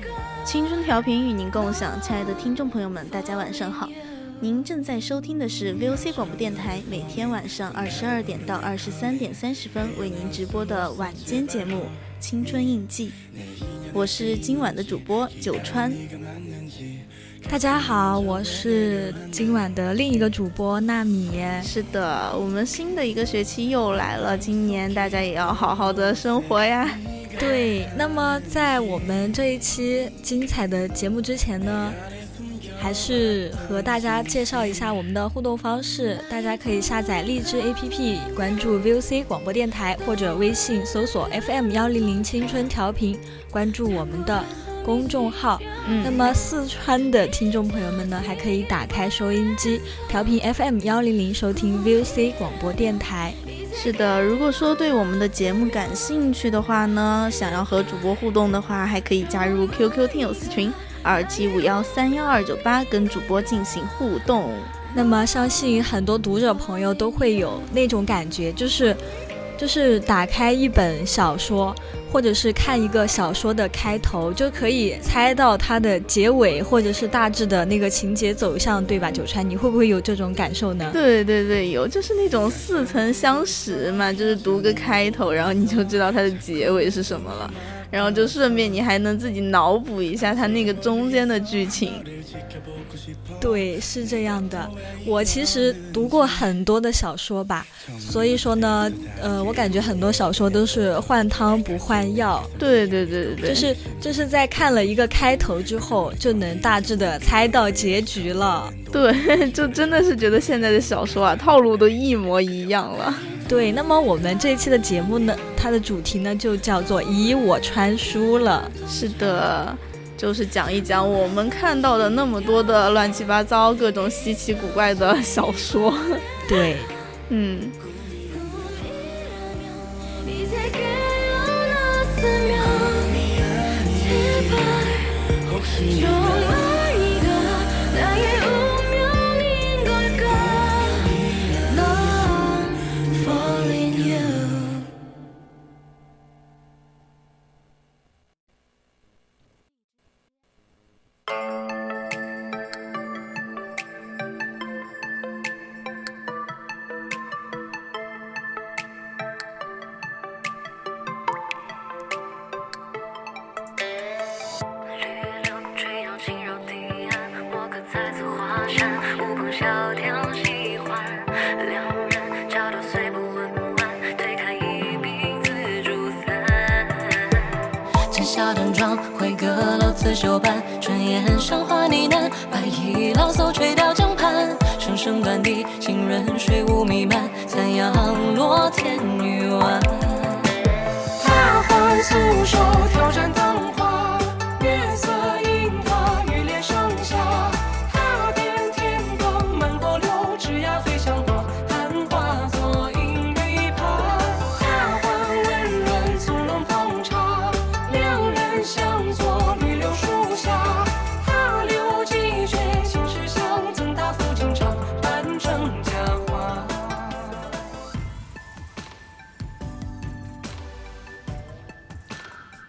그 青春调频与您共享，亲爱的听众朋友们，大家晚上好！您正在收听的是 VOC 广播电台每天晚上二十二点到二十三点三十分为您直播的晚间节目《青春印记》，我是今晚的主播九川。大家好，我是今晚的另一个主播纳米。是的，我们新的一个学期又来了，今年大家也要好好的生活呀。对，那么在我们这一期精彩的节目之前呢，还是和大家介绍一下我们的互动方式。大家可以下载荔枝 APP，关注 VOC 广播电台，或者微信搜索 FM 幺零零青春调频，关注我们的公众号。嗯那么四川的听众朋友们呢，还可以打开收音机，调频 FM 幺零零收听 VOC 广播电台。是的，如果说对我们的节目感兴趣的话呢，想要和主播互动的话，还可以加入 QQ 听友私群二七五幺三幺二九八，跟主播进行互动。那么，相信很多读者朋友都会有那种感觉，就是，就是打开一本小说，或者是看一个小说的开头，就可以猜到它的结尾，或者是大致的那个情节走向，对吧？九川，你会不会有这种感受呢？对对对，有就是那种似曾相识嘛，就是读个开头，然后你就知道它的结尾是什么了，然后就顺便你还能自己脑补一下它那个中间的剧情。对，是这样的。我其实读过很多的小说吧，所以说呢，呃，我感觉很多小说都是换汤不换药，对对对对对，就是就是在看了一个开头之后，就能大致的猜到结局了。对， 就真的是觉得现在的小说啊，套路都一模一样了。对，那么我们这一期的节目呢，它的主题呢就叫做“以我穿书了是的，就是讲一讲我们看到的那么多的乱七八糟、各种稀奇古怪的小说。”。 对，嗯， 이제 깨어났으면 제발 정말 네가 나의 운명인 걸까 넌 falling you 绿洲吹到轻柔堤岸，我刻在此华山，无朋萧条喜欢，两人朝朝虽不温婉，推开一鬓自助餐。陈小端庄，挥阁楼刺绣般，春烟上花呢喃，白衣老叟垂钓江畔，声声断笛，行人水雾弥漫，残阳落天雨晚。大海素手挑盏灯花，月色映她，雨帘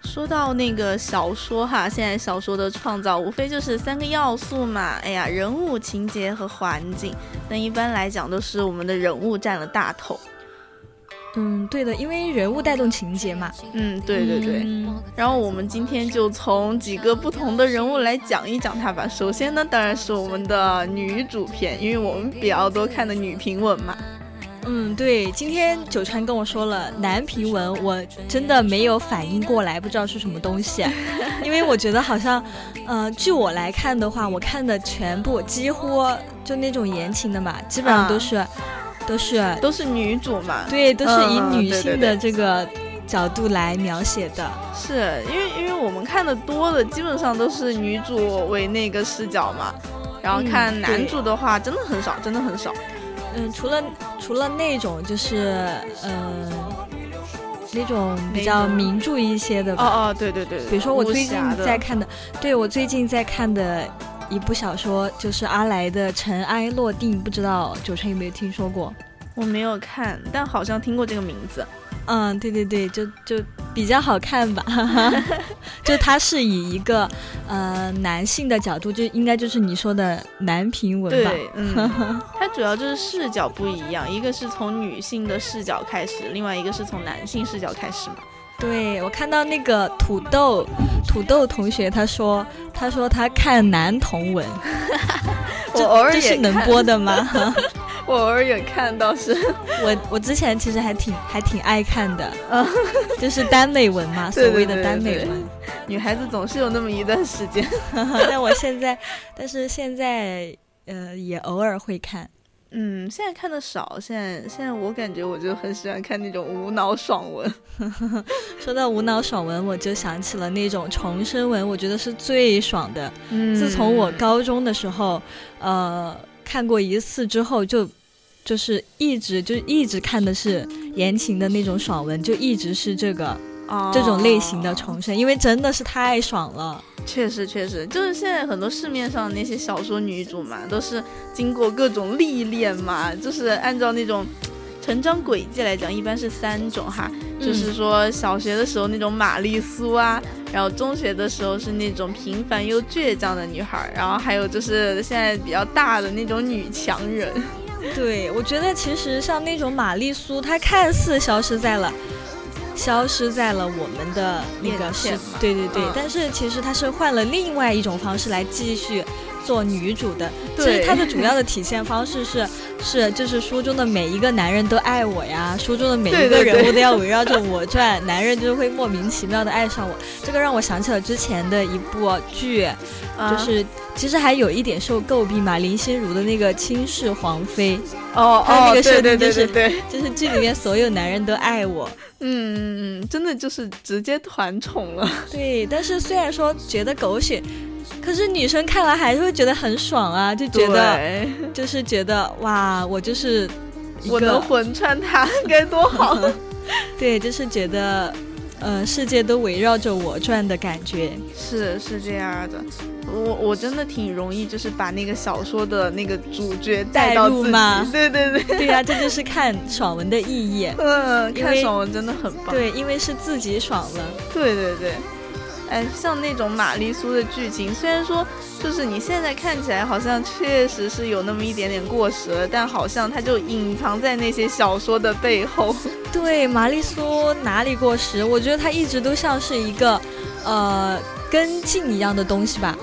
说到那个小说哈，现在小说的创造无非就是三个要素嘛，哎呀，人物、情节和环境。那一般来讲都是我们的人物占了大头。嗯，对的，因为人物带动情节嘛。嗯，对对对。嗯然后我们今天就从几个不同的人物来讲一讲它吧。首先呢，当然是我们的女主篇，因为我们比较多看的女评文嘛。嗯，对，今天九川跟我说了男皮文，我真的没有反应过来，不知道是什么东西， 因为我觉得好像，呃，据我来看的话，我看的全部几乎就那种言情的嘛，基本啊上都是，都是，都是女主嘛。对，都是以嗯嗯女对对性的这个角度来描写的。是因为因为我们看的多的，基本上都是女主为那个视角嘛。然后嗯看男对主的话，真的很少，真的很少。嗯，除了除了那种就是，呃，那种比较哪种名著一些的吧。哦哦，对对对对比如说我最近武侠的在看的，对我最近在看的一部小说就是阿来的《尘埃落定》，不知道九成有没有听说过？我没有看，但好像听过这个名字。嗯，对对对，就就比较好看 吧，就它是以一个呃男性的角度，就应该就是你说的男频文吧。对， 嗯，它主要就是视角不一样，一个是从女性的视角开始，另外一个是从男性视角开始嘛。对我看到那个土豆土豆同学，他说他说他看男同文，我这偶尔这也是能看，播的吗？我偶尔也看倒是，我我之前其实还挺还挺爱看 的，就是耽美文嘛，所对嗯对谓的对耽美对 文。女孩子总是有那么一段时间。但我现在，但是现在呃也偶尔会看。嗯，现在看的少，现在现在我感觉我就很喜欢看那种无脑爽文。说到无脑爽文，我就想起了那种重生文，我觉得是最爽的。嗯自从我高中的时候，呃，看过一次之后就。就是一直就一直看的是言情的那种爽文，就一直是这个哦这种类型的重生，因为真的是太爽了。确实，确实，就是现在很多市面上那些小说女主嘛，都是经过各种历练嘛，就是按照那种成长轨迹来讲，一般是三种哈，就是说小学的时候那种玛丽苏啊，然后中学的时候是那种平凡又倔强的女孩儿，然后还有就是现在比较大的那种女强人。对，我觉得其实像那种玛丽苏，它看似消失在了，消失在了我们的那个眼视前嘛，对对对，嗯但是其实它是换了另外一种方式来继续做女主的。其对 实它的主要的体现方式是是就是书中的每一个男人都爱我呀，书中的每对一个对对人物都要围绕着我转，男人就会莫名其妙的爱上我。这个让我想起了之前的一部剧，就啊是其实还有一点受诟病嘛，林心如的那个《倾世皇妃》。哦他那个设对定就是对对对对，就是剧里面所有男人都爱我。嗯嗯嗯，真的就是直接团宠了。对，但是虽然说觉得狗血，可是女生看完还是会觉得很爽啊，就觉得对就是觉得哇，我就是一我能个魂穿它 该多好。对，就是觉得呃，世界都围绕着我转的感觉。是是这样的，我我真的挺容易，就是把那个小说的那个主角带到带入自己吗，对对 对，对呀、这就是看爽文的 意义。嗯，因看为爽文真的很棒，对，因为是自己爽了。对对对。哎，像那种玛丽苏的剧情，虽然说就是你现在看起来好像确实是有那么一点点过时了，但好像它就隐藏在那些小说的背后。对，玛丽苏哪里过时？我觉得她一直都像是一个呃跟进一样的东西吧，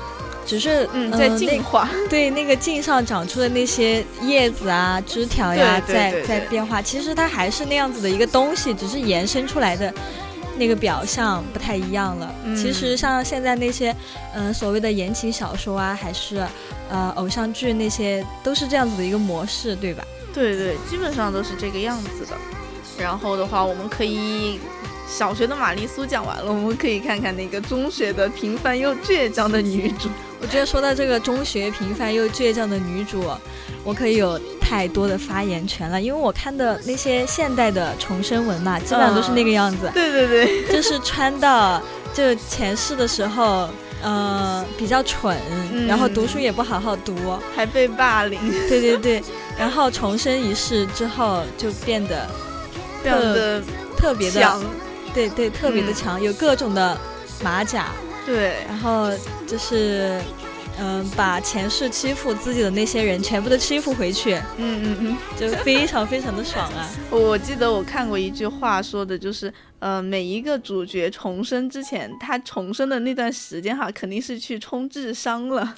只是嗯，在呃那进化。对，那个茎上长出的那些叶子啊、枝条呀，对对对在对在变化。其实它还是那样子的一个东西，只是延伸出来的那个表象不太一样了。嗯其实像现在那些，嗯、所谓的言情小说啊，还是呃偶像剧那些，都是这样子的一个模式，对吧？对对，基本上都是这个样子的。然后的话，我们可以小学的玛丽苏讲完了，我们可以看看那个中学的平凡又倔强的女主。我觉得说到这个中学平凡又倔强的女主，我可以有太多的发言权了，因为我看的那些现代的重生文嘛，基本上都嗯是那个样子。对对对，就是穿到就前世的时候，呃，比较蠢，嗯然后读书也不好好读，还被霸凌，对对对，然后重生一世之后就变得这样的嗯特别的强，嗯对对，特别的强，有各种的马甲，对，然后就是，嗯、把前世欺负自己的那些人全部都欺负回去，嗯嗯嗯。就非常非常的爽啊！我记得我看过一句话说的就是，呃，每一个主角重生之前，他重生的那段时间哈，肯定是去冲智商 了，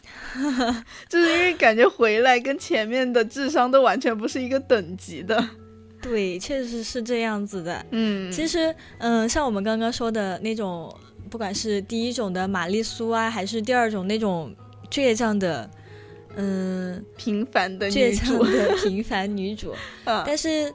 就是因为感觉回来跟前面的智商都完全不是一个等级的。对，确实是这样子的。嗯，其实，嗯、像我们刚刚说的那种，不管是第一种的玛丽苏啊，还是第二种那种倔强的，嗯、平凡的女倔强主， 的平凡女主，啊 但是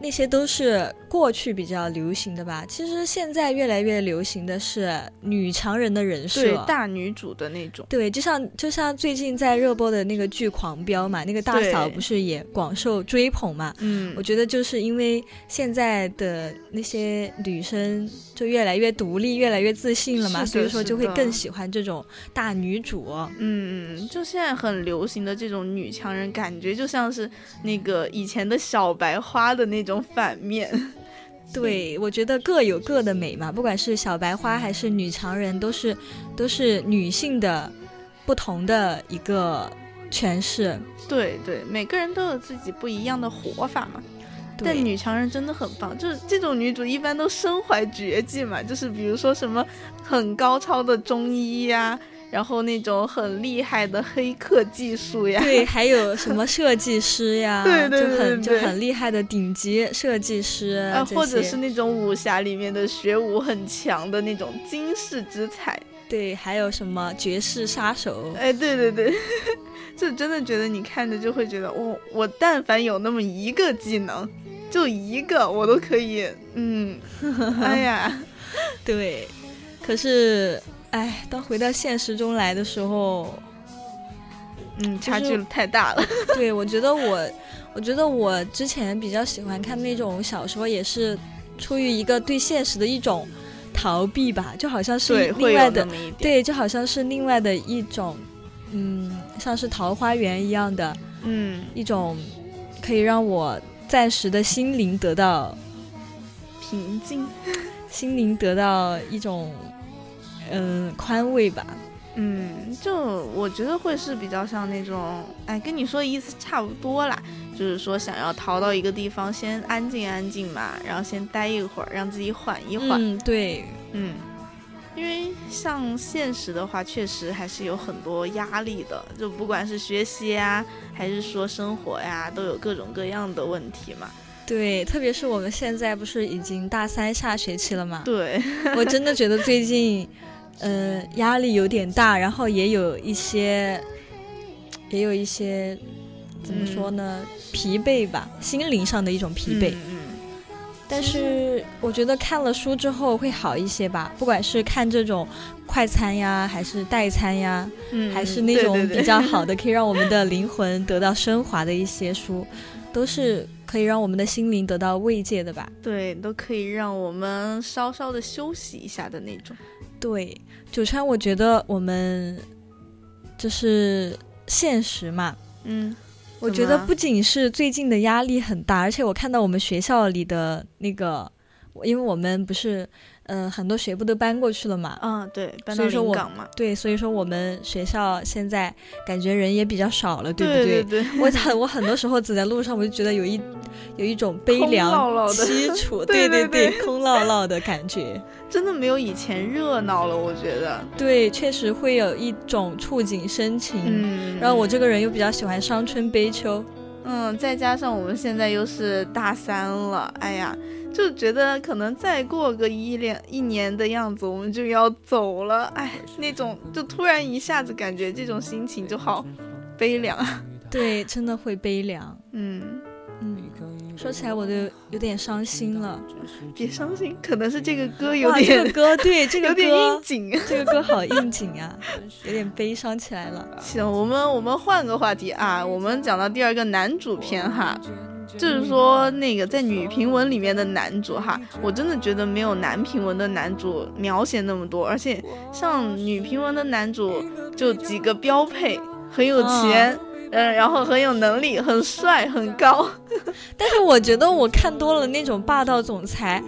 那些都是过去比较流行的吧。其实现在越来越流行的是女强人的人设，对大女主的那种。对，就像就像最近在热播的那个剧《狂飙》嘛，那个大对嫂不是也广受追捧嘛？嗯我觉得就是因为现在的那些女生就越来越独立，越来越自信了嘛，是的所以说就会是的更喜欢这种大女主。嗯，就现在很流行的这种女强人，感觉就像是那个以前的小白花的那种反 面。对，我觉得各有各的美嘛，不管是小白花还是女强人，都是都是女性的不同的一个诠释。对对，每个人都有自己不一样的活法嘛。但对，女强人真的很棒，就是这种女主一般都身怀绝技嘛，就是比如说什么很高超的中医呀、然后那种很厉害的黑客技术呀，对，还有什么设计师 呀，对对对就很对就很厉害的顶级设计师，啊，呃这或者些是那种武侠里面的学武很强的那种惊世之才。对，还有什么绝世杀手，哎，对对对， 就真的觉得你看着就会觉得，我、我但凡有那么一个技能，就一个我都可以， 嗯，哎呀，对，可是，哎，当回到现实中来的时候， 嗯，就差距是太大了。对我觉得我，我觉得我之前比较喜欢看那种小说，也是出于一个对现实的一种逃避吧，就好像是对，另会外有的那，么一点。对，就好像是另外的一种，嗯，像是桃花源一样的嗯，一种，可以让我暂时的心灵得到平静。心灵得到一种，嗯、宽慰吧。嗯，就我觉得会是比较像那种，哎，跟你说的意思差不多啦，就是说想要逃到一个地方，先安静安静嘛，然后先待一会儿，让自己缓一缓。嗯，对，嗯，因为像现实的话，确实还是有很多压力的，就不管是学习呀、还是说生活呀、都有各种各样的问题嘛。对，特别是我们现在不是已经大三下学期了嘛，对，我真的觉得最近，呃，压力有点大，然后也有一些，也有一些怎么说呢，疲惫吧，心灵上的一种疲惫。嗯但是我觉得看了书之后会好一些吧，不管是看这种快餐呀，还是代餐呀，嗯，还是嗯那对种对对 比较好的，可以让我们的灵魂得到升华的一些书，都是可以让我们的心灵得到慰藉的吧。对，都可以让我们稍稍的休息一下的那种。对，九川，我觉得我们就是现实嘛。嗯，我怎觉得么不仅是最近的压力很大，而且我看到我们学校里的那个，我因为我们不是，呃，很多学部都搬过去了嘛。啊，对，搬到所以说临我港嘛，对，所以说我们学校现在感觉人也比较少了，对不对对，我很我很多时候走在路上，我就觉得有一有一种悲空凉落落的凄 楚，对对对对，空落落的感觉。真的没有以前热闹了，我觉得。对，确实会有一种触景生情。嗯，然后我这个人又比较喜欢伤春悲秋，嗯，再加上我们现在又是大三了，哎呀，就觉得可能再过个一两一年的样子，我们就要走了，哎，那种就突然一下子感觉这种心情就好悲凉 啊。对，真的会悲凉。嗯，嗯，说起来我都有点伤心了。别伤心，可能是这个歌有哇，这点、个歌， 对这个有点应歌，景。这个歌好应景呀、有点悲伤起来了。行，我们我们换个话题啊，我们讲到第二个男主篇哈，就是说那个在女评文里面的男主哈，我真的觉得没有男评文的男主描写那么多，而且像女评文的男主就几个标配，很有钱。嗯，然后很有能力，很帅，很高。但是我觉得我看多了那种霸道总裁，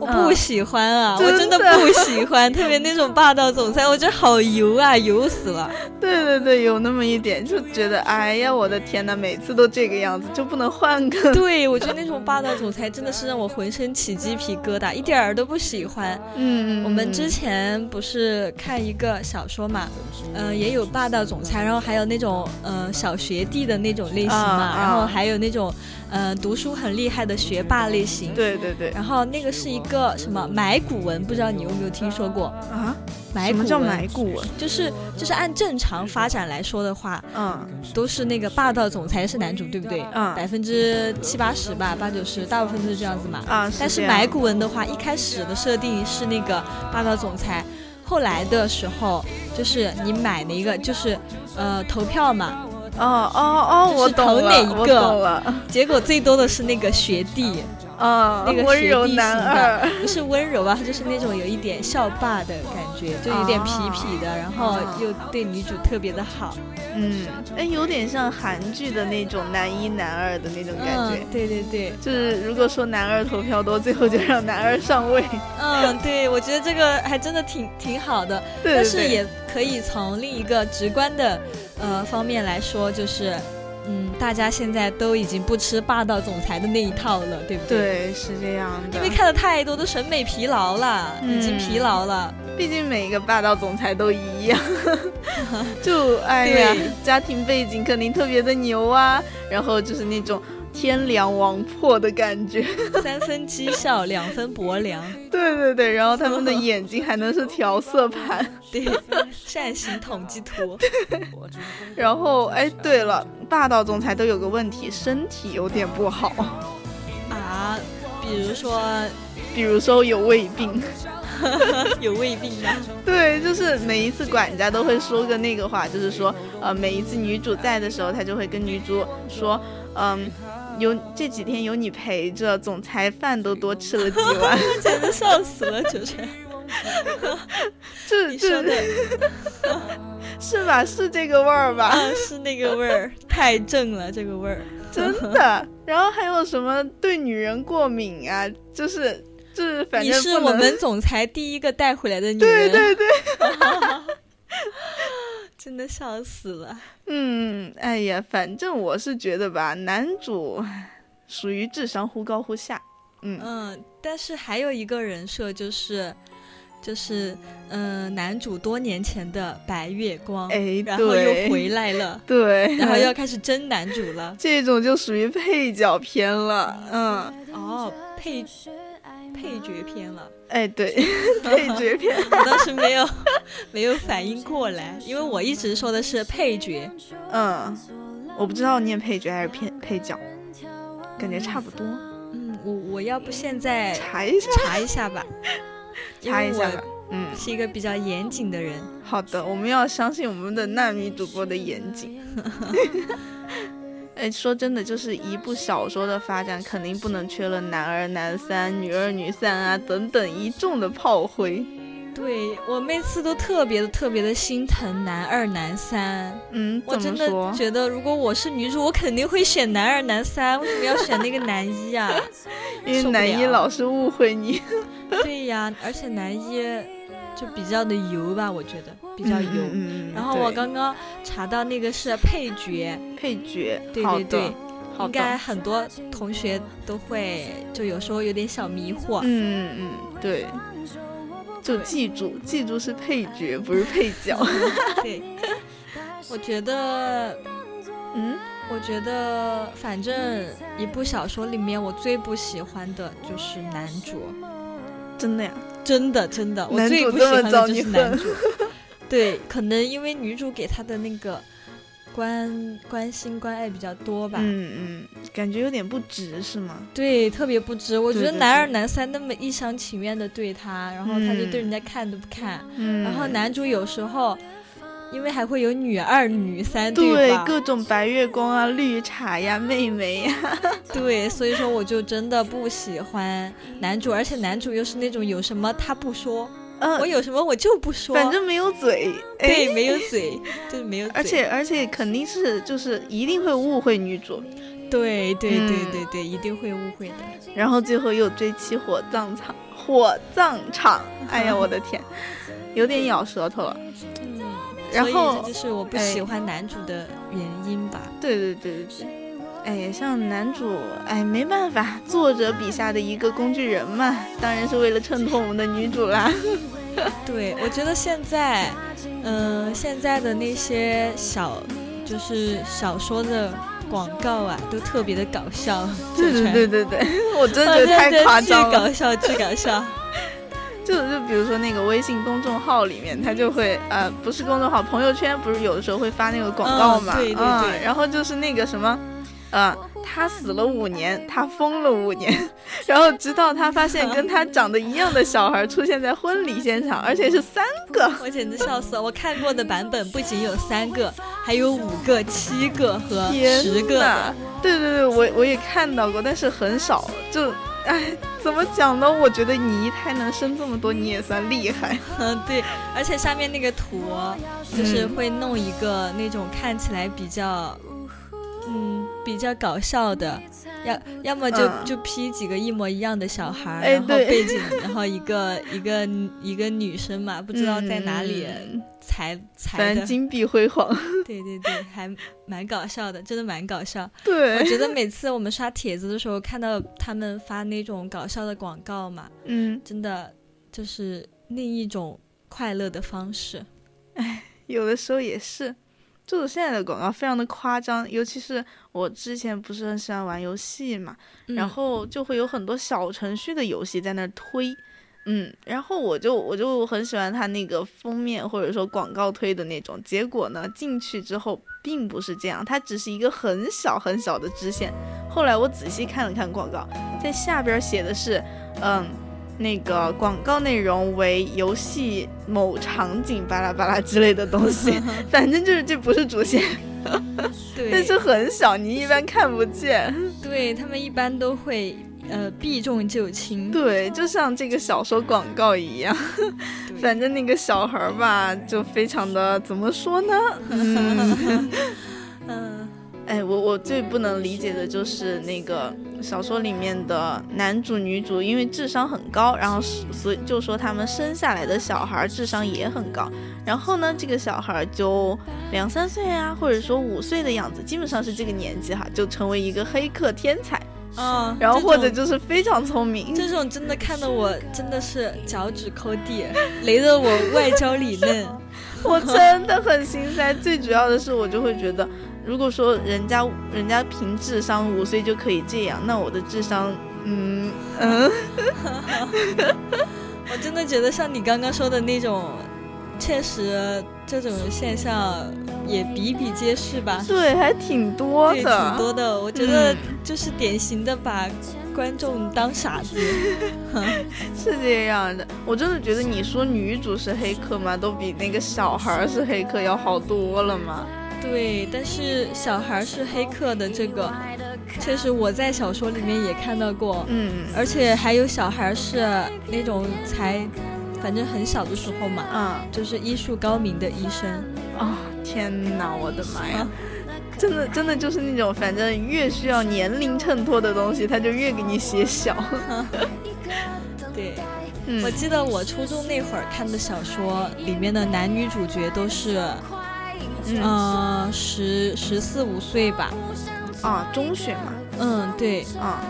我不喜欢啊，我真的嗯真的不喜欢，特别那种霸道总裁，我觉得好油啊，油死了。对对对，有那么一点，就觉得哎呀，我的天呐，每次都这个样子，就不能换个？对，我觉得那种霸道总裁真的是让我浑身起鸡皮疙瘩，一点儿都不喜欢。嗯，嗯我们之前不是看一个小说嘛，呃，也有霸道总裁，然后还有那种呃小学弟的那种类型嘛，啊啊然后还有那种呃读书很厉害的学霸类型。对对对然后那个是一个什么买骨文，不知道你有没有听说过？啊，买什骨么文叫埋骨文？就是就是按正常发展来说的话，嗯都是那个霸道总裁是男主，对不对？嗯百分之七八十吧，八九十，大部分都是这样子嘛。啊，嗯但是这样买骨文的话，一开始的设定是那个霸道总裁，后来的时候就是你买那个就是呃投票嘛，哦哦哦，就是我懂投了，哪一我个懂了，结果最多的是那个学弟，啊， 那个温学柔弟男型的 二，不是温柔啊，就是那种有一点校霸的感觉，就有点痞痞啊的，然后又对女主特别的好。嗯，哎，有点像韩剧的那种男一男二的那种感觉。嗯，对对对，就是如果说男二投票多，最后就让男二上位。嗯，对，我觉得这个还真的挺挺好的，对但是对也可以从另一个直观的呃方面来说，就是嗯，大家现在都已经不吃霸道总裁的那一套了，对不？对，是这样的。因为看的太多，都审美疲劳了，嗯已经疲劳了。毕竟每一个霸道总裁都一 样，就哎呀对，家庭背景肯定特别的牛啊，然后就是那种天良王破的感觉，三分讥笑，两分薄凉，对对对，然后他们的眼睛还能是调色盘，对，扇形统计图，然后哎，对了，霸道总裁都有个问题，身体有点不好，啊，比如说 比如说有胃病，有胃病啊，对，就是每一次管家都会说个那个话，就是说，呃，每一次女主在的时候，他就会跟女主说，嗯，有这几天有你陪着，总裁饭都多吃了几碗。 简直笑死了，九晨，这你说的这是吧？是这个味儿吧？啊是那个味儿，太正了，这个味儿。 真的。然后还有什么对女人过敏啊？就是就是，反你正是不我能们总裁第一个带回来的女 对人，对对，真的笑死了。嗯，哎呀，反正我是觉得吧，男主属于智商忽高忽下。嗯，嗯，但是还有一个人设就是，就是嗯、呃男主多年前的白月光，哎然后又对回来 了，对，然后要开始争男主了。这种就属于配角片了，嗯，哦，配配角片了，哎，对， 配角片，我当时没有没有反应过来，因为我一直说的是配角，嗯，我不知道念配角还是片配角，感觉差不多，嗯，我我要不现在查一下，查一下吧，因查为一下吧我，嗯，是一个比较严谨的人。好的，我们要相信我们的纳米主播的严谨。哎，说真的，就是一部小说的发展，肯定不能缺了男二、男三、女二、女三啊等等一众的炮灰。对我每次都特别的特别的心疼男二男三，嗯，我怎真么的说？觉得如果我是女主，我肯定会选男二男三，为什么要选那个男 一啊？因为受不男一了老是误会你。对呀、而且男一就比较的油吧，我觉得比较油。嗯嗯嗯然后我对刚刚查到那个是配角，配角，对好对的对，好应的该很多同学都会，就有时候有点小迷惑。嗯嗯，对，就记住，记住是配角，不是配角。 对，我觉得嗯，我觉得，反正一部小说里面，我最不喜欢的就是男主，真的呀，真的真的，我男最主不喜这么欢招的就你是男恨主。对，可能因为女主给他的那个关关心关爱比较多吧。嗯嗯，感觉有点不值是吗？对，特别不值。我觉对得对男二对男三那么一厢情愿的对他，然后他就对嗯人家看都不看。嗯，然后男主有时候，因为还会有女二、女三，对吧？各种白月光啊、绿茶呀、妹妹呀，对，所以说我就真的不喜欢男主，而且男主又是那种有什么他不说，嗯、我有什么我就不说，反正没有嘴，哎，对没有嘴，就是没有嘴，而且而且肯定是就是一定会误会女主，对对对嗯对对，一定会误会的。然后最后又追妻火葬场，火葬场。哎呀，我的天，有点咬舌头了。嗯，然所以后这就是我不哎喜欢男主的原因吧。对对对对对，哎，像男主，哎，没办法，作者笔下的一个工具人嘛，当然是为了衬托我们的女主啦。 对，我觉得现在，嗯、现在的那些小就是小说的广告啊，都特别的搞 笑，对对对对，对对， 我真的啊觉对得太对夸巨张了。搞笑，巨搞笑。就就比如说那个微信公众号里面，他就会呃，不是公众号，朋友圈不是有的时候会发那个广告嘛，嗯对对嗯对然后就是那个什么，呃，他死了五年，他疯了五年， 然后直到他发现跟他长得一样的小孩出现在婚礼现场，而且是三 个。我简直笑死了！我看过的版本不仅有三个，还有五个、七个和天十个呐的。！对对对，我我也看到过，但是很少。就哎，怎么讲呢？我觉得你姨太能生这么多，你也算厉害。 嗯，对，而且下面那个图就是嗯会弄一个那种看起来比较，嗯，比较搞笑的，要要么就、嗯就 P 几个一模一样的小孩儿，哎然后对背景，然后一个一个一个女生嘛，不知道在哪里嗯裁裁反的正，金碧辉煌。 对对对，还蛮搞笑的，真的蛮搞笑。我对，觉 得每次我们刷帖子的时候，看到他们发那种搞笑的广告嘛，嗯，真的就是另一种快乐的方式。有的时候也是。就是现在的广告非常的夸张，尤其是我之前不是很喜欢玩游戏嘛，然嗯后就会有很多小程序的游戏在那儿推，嗯，然后我就我就很喜欢它那个封面或者说广告推的那种，结果呢进去之后并不是这样，它只是一个很小很小的支线。后来我仔细看了看广告，在下边写的是，嗯。那个广告内容为游戏某场景巴拉巴拉之类的东 西，反正就是这不是主线，对，但是很小，你一般看不见。对他们一般都会呃避重就轻。对，就像这个小说广告一样，对 反正那个小孩儿吧，就非常的怎么说呢？嗯，嗯，哎，我我最不能理解的就是那个小说里面的男主女主，因为智商很高，然后是所以就说他们生下来的小孩儿智商也很高。然后呢，这个小孩儿就两三岁啊，或者说五岁的样子，基本上是这个年纪哈，就成为一个黑客天才，哦，然后或者这种就是非常聪明。这种真的看得我真的是脚趾抠地，雷得我外焦里嫩。 我真的很心塞。最主要的是，我就会觉得，如果说人家人家凭智商五岁就可以这样，那我的智商，嗯嗯，我真的觉得像你刚刚说的那种，确实这种现象也比比皆是吧。对，还挺多啊对，的，挺多的。我觉得嗯就是典型的把观众当傻子。是这样的。我真的觉得你说女主是黑客吗？都比那个小孩儿是黑客要好多了嘛。对，但是小孩是黑客的这个，确实我在小说里面也看到过，嗯而且还有小孩是那种才，反正很小的时候嘛，啊就是医术高明的医生。啊！天哪，我的妈 呀！真的，真的就是那种，反正越需要年龄衬托的东西，他就越给你写小。对，嗯我记得我初中那会儿看的小说里面的男女主角都是，嗯呃，十十四五岁吧，啊，中学嘛，嗯，对，啊，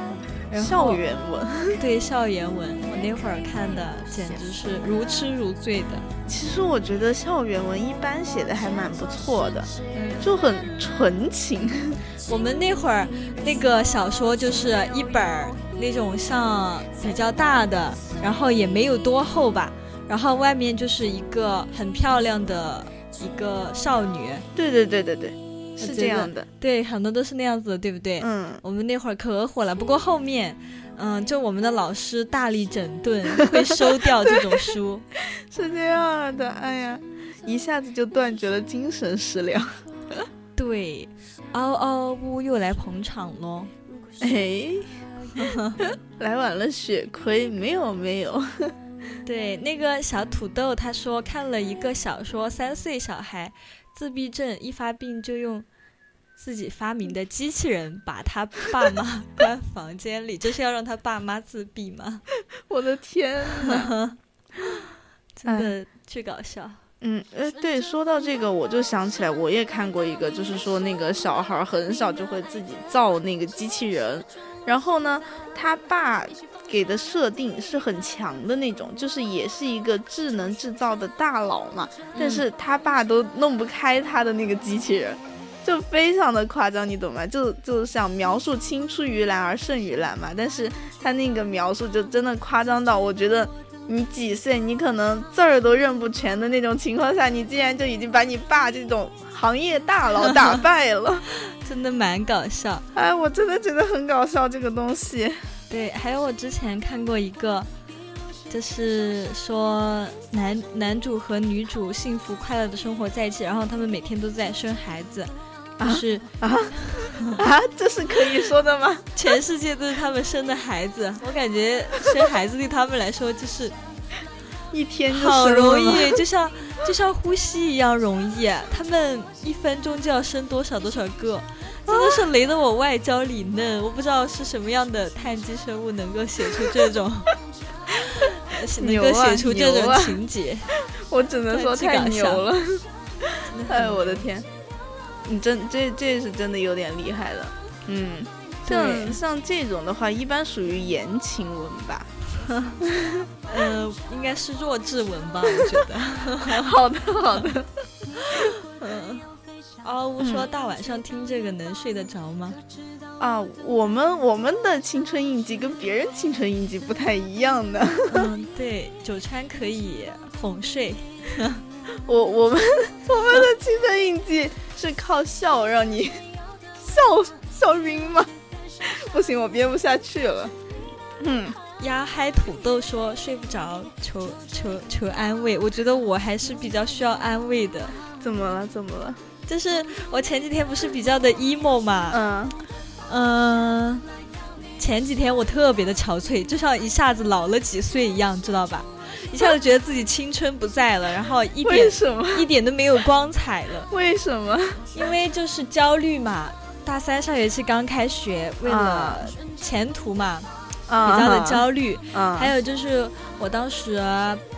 然后校园文。对校园文，我那会儿看的简直是如痴如醉的。 其实我觉得校园文一般写的还蛮不错的，嗯，就很纯情。 我们那会儿那个小说就是一本儿那种像比较大的，然后也没有多厚吧，然后外面就是一个很漂亮的一个少女，对对对对对，是这啊样的。对，很多都是那样子的，对不对？嗯，我们那会儿可火了，不过后面，嗯，就我们的老师大力整顿，会收掉这种书。 是这样的。哎呀，一下子就断绝了精神食粮。对，嗷嗷呜又来捧场喽。 哎， 来晚了血亏，没有没有。 对，那个小土豆他说看了一个小说，三岁小孩自闭症一发病就用自己发明的机器人把他爸妈关房间里，这是要让他爸妈自闭吗？我的天呐！真的巨搞笑。嗯，呃，对，说到这个，我就想起来，我也看过一个，就是说那个小孩儿很小就会自己造那个机器人，然后呢，他爸给的设定是很强的那种，就是也是一个智能制造的大佬嘛，但是他爸都弄不开他的那个机器人，就非常的夸张，你懂吗？就就想描述青出于蓝而胜于蓝嘛，但是他那个描述就真的夸张到，我觉得你几岁，你可能字儿都认不全的那种情况下，你竟然就已经把你爸这种行业大佬打败 了，真的蛮搞笑。哎，我真的觉得很搞笑这个东西。对，还有我之前看过一个，就是说男男主和女主幸福快乐的生活在一起，然后他们每天都在生孩子，就是啊，这是可以说的吗？全世界都是他们生的孩子。我感觉生孩子对他们来说就是一天就好生了容吗易，就像就像呼吸一样容易。他们一分钟就要生多少多少个，真的是雷得我外焦里嫩。我不知道是什么样的碳基生物能够写出这 种，能牛够啊写出这牛种啊情节。我只能说对这个太牛了。 真的很哎，我的天，你真这这是真的有点厉害了。嗯，对像像这种的话，一般属于言情文吧。 呃，应该是弱智文吧，我觉 得。好的，好的。嗷呜哦说大晚上听这个能睡得着吗？啊，我们我们的青春印记跟别人青春印记不太一样的。嗯，对，九川可以哄睡。我我们我们的青春印记是靠笑让你笑笑晕吗？不行，我编不下去了。嗯，鸭嗨土豆说睡不着，求求求安慰。我觉得我还是比较需要安慰的。怎么了？怎么了？就是我前几天不是比较的 emo 嘛，嗯，嗯、前几天我特别的憔悴，就像一下子老了几岁一样，知道吧？一下子觉得自己青春不在了，然后一为点什么？一点都没有光彩了。为什么？因为就是焦虑嘛，大三上学期刚开学，为啊了前途嘛，啊，比较的焦虑。啊，还有就是我当时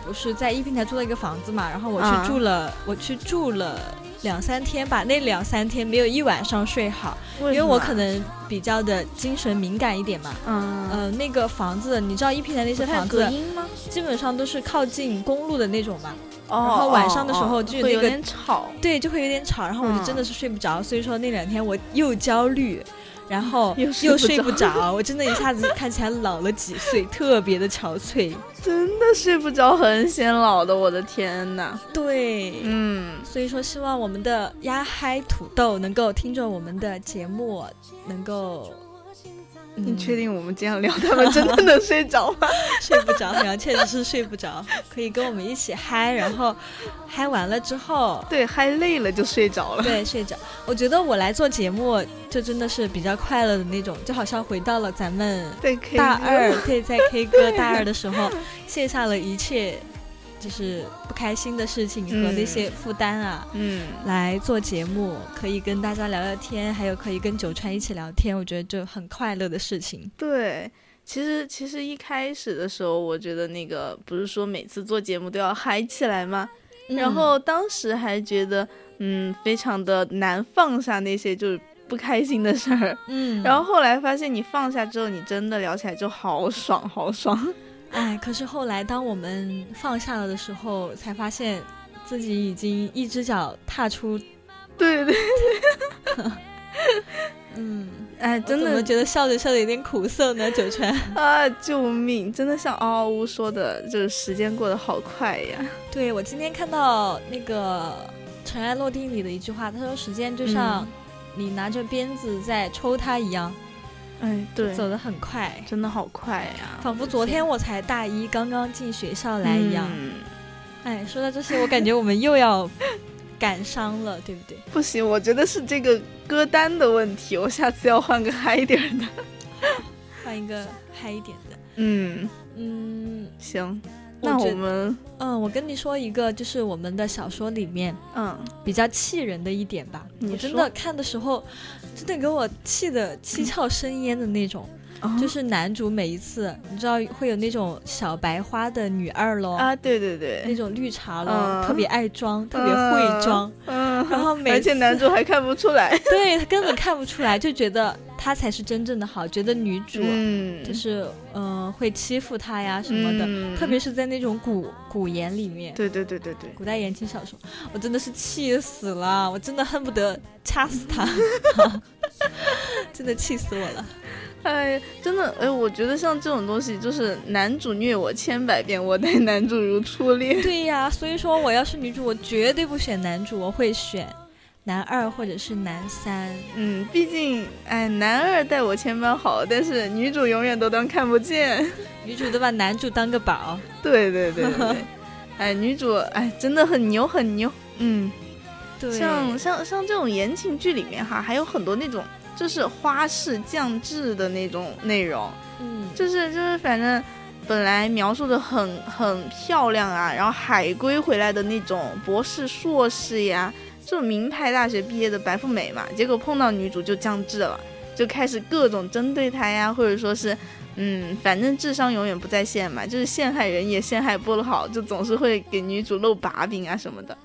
不是在一平台租了一个房子嘛，然后我啊去住了，我去住了两三天吧，那两三天没有一晚上睡好，因为我啊可能比较的精神敏感一点嘛。嗯，呃，那个房子，你知道一平台那些房子音吗？基本上都是靠近公路的那种嘛，哦，然后晚上的时候哦就会那有个点吵，对，就会有点吵，然后我就嗯真的是睡不着，所以说那两天我又焦虑，然后 又睡又不睡着不着，我真的一下子看起来老了几岁，特别的 憔悴。真的睡不着，很显老的，我的天呐。对，嗯，所以说希望我们的鸭嗨土豆能够听着我们的节目， 能够。你嗯确定我们这样聊，他们真的能睡着吗？睡不着？好像确实是睡不着，可以跟我们一起嗨，然后嗨完了之后，对，嗨累了就睡着了。对，睡着。我觉得我来做节目，就真的是比较快乐的那种，就好像回到了咱们对，可以大二对，在 K 歌大二的时候，卸下了一切就是不开心的事情和那些负担啊，嗯，来做节目，可以跟大家聊聊天，还有可以跟九川一起聊天，我觉得这很快乐的事情。对。其实，其实一开始的时候，我觉得那个不是说每次做节目都要嗨起来吗？嗯然后当时还觉得，嗯，非常的难放下那些就是不开心的事儿。嗯，嗯，然后后来发现你放下之后，你真的聊起来就好爽，好爽。 哎，可是后来当我们放下了的时候，才发现自己已经一只脚踏出，对对，嗯，哎，真我怎么的觉得笑着笑着有点苦涩 呢，九川。啊，救命！真的像嗷嗷呜说的，就是时间过得好快呀。对我今天看到那个《尘埃落定》里的一句话，他说：“时间就像你拿着鞭子在抽它一样，哎，对，走得很快，真的好快呀，仿佛昨天我才大一，刚刚进学校来一样。嗯哎，说到这些，我感觉我们又要感伤了，对不对？不行，我觉得是这个歌单的问题，我下次要换个嗨一点儿的。换一个嗨一点的。嗯，嗯，行，那我我觉们嗯，我跟你说一个，就是我们的小说里面嗯，比较气人的一点吧。你我真说嗯的看的时候，真的给我气的七窍生烟的那种。啊就是男主每一次，你知道会有那种小白花的女二咯，啊，对对那对，种绿茶咯，嗯特别爱装，特别会装， 嗯，然后每而且次男主还看不出 来，对他根本看不出来，就觉得他才是真正的好，觉得女主嗯，就是嗯、呃会欺负他呀什么的，嗯特别是在那种古古言里面。对对对对对，古代言情小说，我真的是气死了，我真的恨不得掐死 他，真的气死我了。哎，真的，哎，我觉得像这种东西，就是男主虐我千百遍，我待男主如初恋。对呀、所以说我要是女主，我绝对不选男主，我会选男二或者是男三。嗯，毕竟，哎，男二待我千般好，但是女主永远都当看不见。女主都把男主当个宝， 对对对对对，哎，女主，哎，真的很牛很牛。嗯，对，像像像这种言情剧里面哈，还有很多那种就是花式降智的那种内容。嗯，就是就是，反正本来描述的很很漂亮啊，然后海归回来的那种博士、硕士呀，这种名牌大学毕业的白富美嘛，结果碰到女主就降智了，就开始各种针对她呀，或者说是。嗯，反正智商永远不在线嘛，就是陷害人也陷害不好，就总是会给女主露把柄啊什么 的。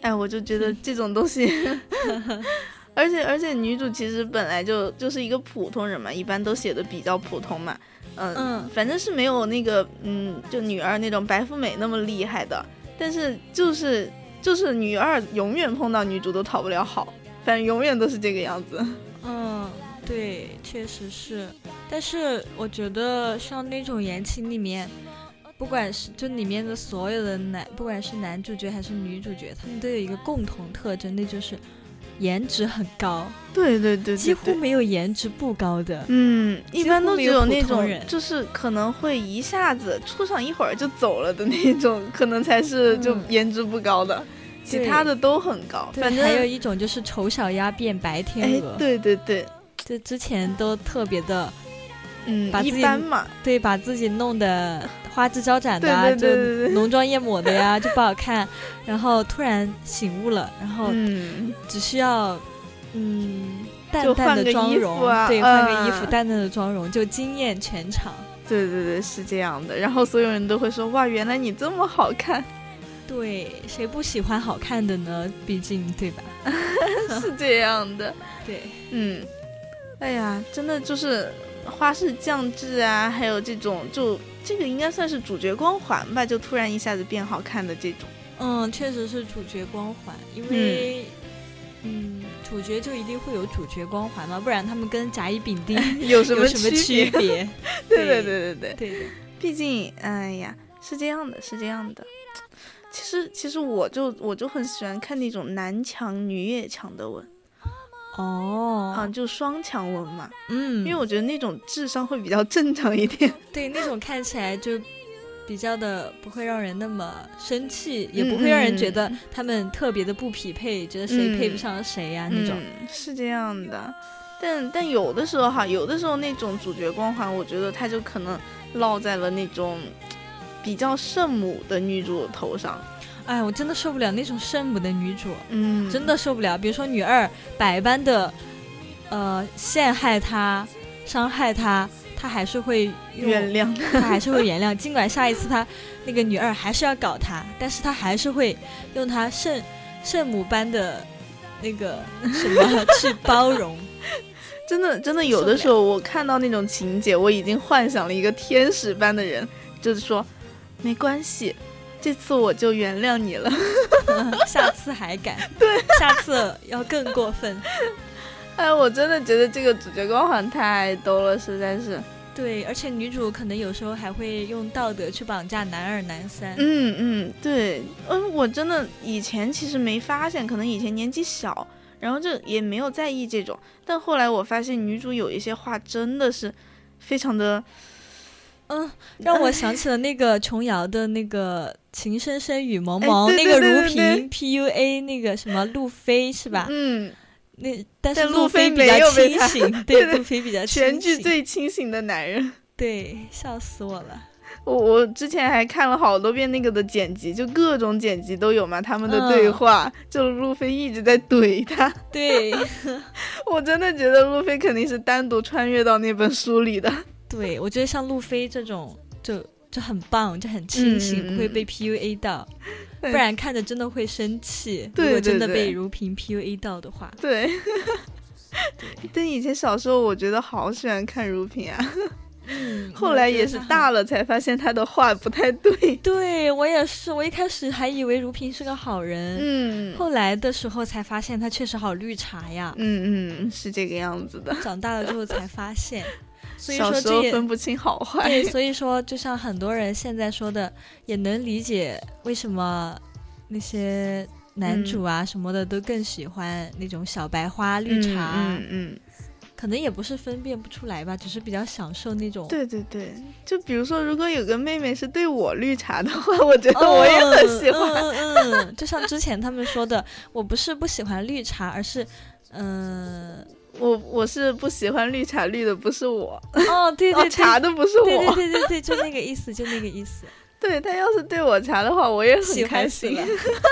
哎，我就觉得这种东西而且而且女主其实本来就就是一个普通人嘛，一般都写的比较普通嘛，嗯，嗯反正是没有那个嗯，就女二那种白富美那么厉害的，但是就是就是女二永远碰到女主都讨不了好，反正永远都是这个样子。嗯，对，确实是。但是我觉得像那种言情里面，不管是就里面的所有的男，不管是男主角还是女主角，他们都有一个共同特征，那就是颜值很高，对对对几乎没有颜值不高的。嗯，一般都只有那几乎没有普种通人就是可能会一下子出场一会儿就走了的那种，可能才是就嗯颜值不高的，其他的都很高。对反正还有一种就是丑小鸭变白哎天鹅，，对对对，这之前都特别的，嗯把，自己一般嘛，对，把自己弄得花枝招展的、啊，对对对对就浓妆艳抹的呀，就不好看。然后突然醒悟了，然后 嗯，只需要，嗯，淡就淡换的个妆衣服容，啊对，换个衣服，嗯淡淡的妆容就惊艳全场。对对对，是这样的。然后所有人都会说哇，原来你这么好看，对，谁不喜欢好看的呢？毕竟对吧？是这样的。对，嗯，哎呀，真的就是花式降智啊，还有这种就这个应该算是主角光环吧，就突然一下子变好看的这种。嗯，确实是主角光环，因为。嗯，主角就一定会有主角光环嘛，不然他们跟甲乙丙 丁有什有么什么区区别？别？ 对对对对对对，对的，毕竟，哎呀，是这样的，是这样的。其实，其实我就我就很喜欢看那种男强女也强的文哦，啊，就双强文嘛，嗯，因为我觉得那种智商会比较正常一点，对那种看起来就比较的不会让人那么生气，也嗯不会让人嗯觉得他们特别的不匹配，觉得谁配不上谁呀、那种。嗯是这样的。但但有的时候哈，有的时候那种主角光环，我觉得他就可能落在了那种比较圣母的女主头上，哎，我真的受不了那种圣母的女主，嗯，真的受不了。比如说女二百般的呃陷害他、伤害他，他还是会用原谅他还是会原谅，尽管下一次他那个女二还是要搞他，但是他还是会用他圣圣母般的那个什么 去包容。真的，真的，有的时候我看到那种情节，我已经幻想了一个天使般的人，就是说，没关系，这次我就原谅你了。 下次还敢？对， 下次要更过分。哎，我真的觉得这个主角光环太兜了，实在是，对，而且女主可能有时候还会用道德去绑架男二、男三。嗯嗯，对，嗯，我真的以前其实没发现，可能以前年纪小，然后就也没有在意这种，但后来我发现女主有一些话真的是非常的，嗯，让我想起了那个琼瑶的那个《情深深雨蒙哎蒙》，对那对个对如对萍 PUA 那个什么路飞是吧？嗯，那但是但路路飞飞比没较有被清他醒，对对对路飞比较清全剧醒最清醒的男人。对，笑死我了。我我之前还看了好多遍那个的剪辑，就各种剪辑都有嘛，他们的嗯对话，就路飞一直在怼他， 对我真的觉得路飞肯定是单独穿越到那本书里的，对，我觉得像路飞这种就就很棒，就很清醒，嗯不会被 PUA 到，不对然看着真的会生气。对如果真的对被对如萍 PUA 到的话，对。但以前小时候，我觉得好喜欢看如萍啊，嗯后来也是。大我觉得他很了才发现她的话不太对。对我也是，我一开始还以为如萍是个好人，嗯后来的时候才发现她确实好绿茶呀。嗯嗯，是这个样子的。长大了之后才 发现，所以小说时这候也分不清好坏。对，所以说，就像很多人现在说的，也能理解为什么那些男主啊什么的都更喜欢那种小白花、绿嗯茶，嗯嗯，可能也不是分辨不出来吧，只是比较享受那种。对对对，就比如说，如果有个妹妹是对我绿茶的话，我觉得嗯我也很喜欢。嗯嗯嗯，就像之前他们说的，我不是不喜欢绿茶，而是，嗯、我我是不喜欢绿茶，绿的不是我，哦，对哦，对对，茶的不是我。对对对对对，就那个意思，就那个意思，对他要是对我茶的话，我也很喜开欢死心了。，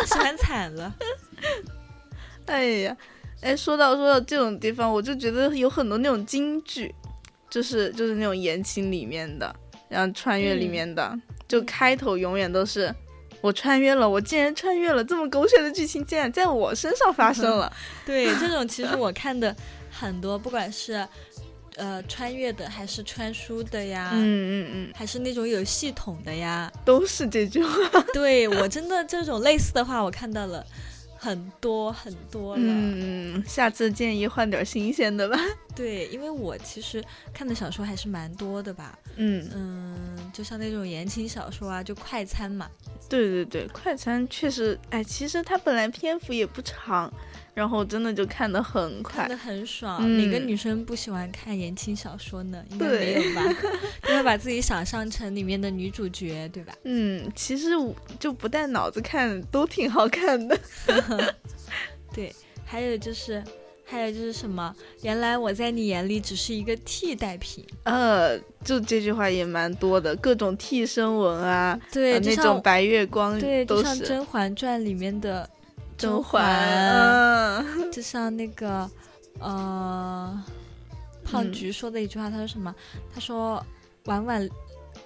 喜欢惨了。哎呀，哎，说到说到这种地方，我就觉得有很多那种京剧，就是就是那种言情里面的，然后穿越里嗯面的，就开头永远都是。我穿越了，我竟然穿越了！这么狗血的剧情竟然在我身上发生 了。对，这种其实我看的很多，不管是呃穿越的，还是穿书的呀，嗯嗯嗯，还是那种有系统的呀。都是这 句话。对我真的这种类似的话，我看到了很多很多了。嗯，下次建议换点新鲜的吧。对，因为我其实看的小说还是蛮多的吧，嗯，嗯，就像那种言情小说啊，就快餐嘛，对对对，快餐确实，哎，其实它本来篇幅也不长，然后真的就看得很快看得。很爽。嗯哪个女生不喜欢看言情小说呢？应该没对 有吧？都会把自己想象成里面的女主角，对吧？嗯，其实我就不带脑子看都挺好看 的。对，还有就是，还有就是什么？原来我在你眼里只是一个替代品。呃，就这句话也蛮多的，各种替身文啊，对，呃就那像种白月光对，就都像《是。甄嬛传》里面的甄嬛，啊嗯，就像那个呃，胖嗯菊说的一句话，他说什么？他说婉婉。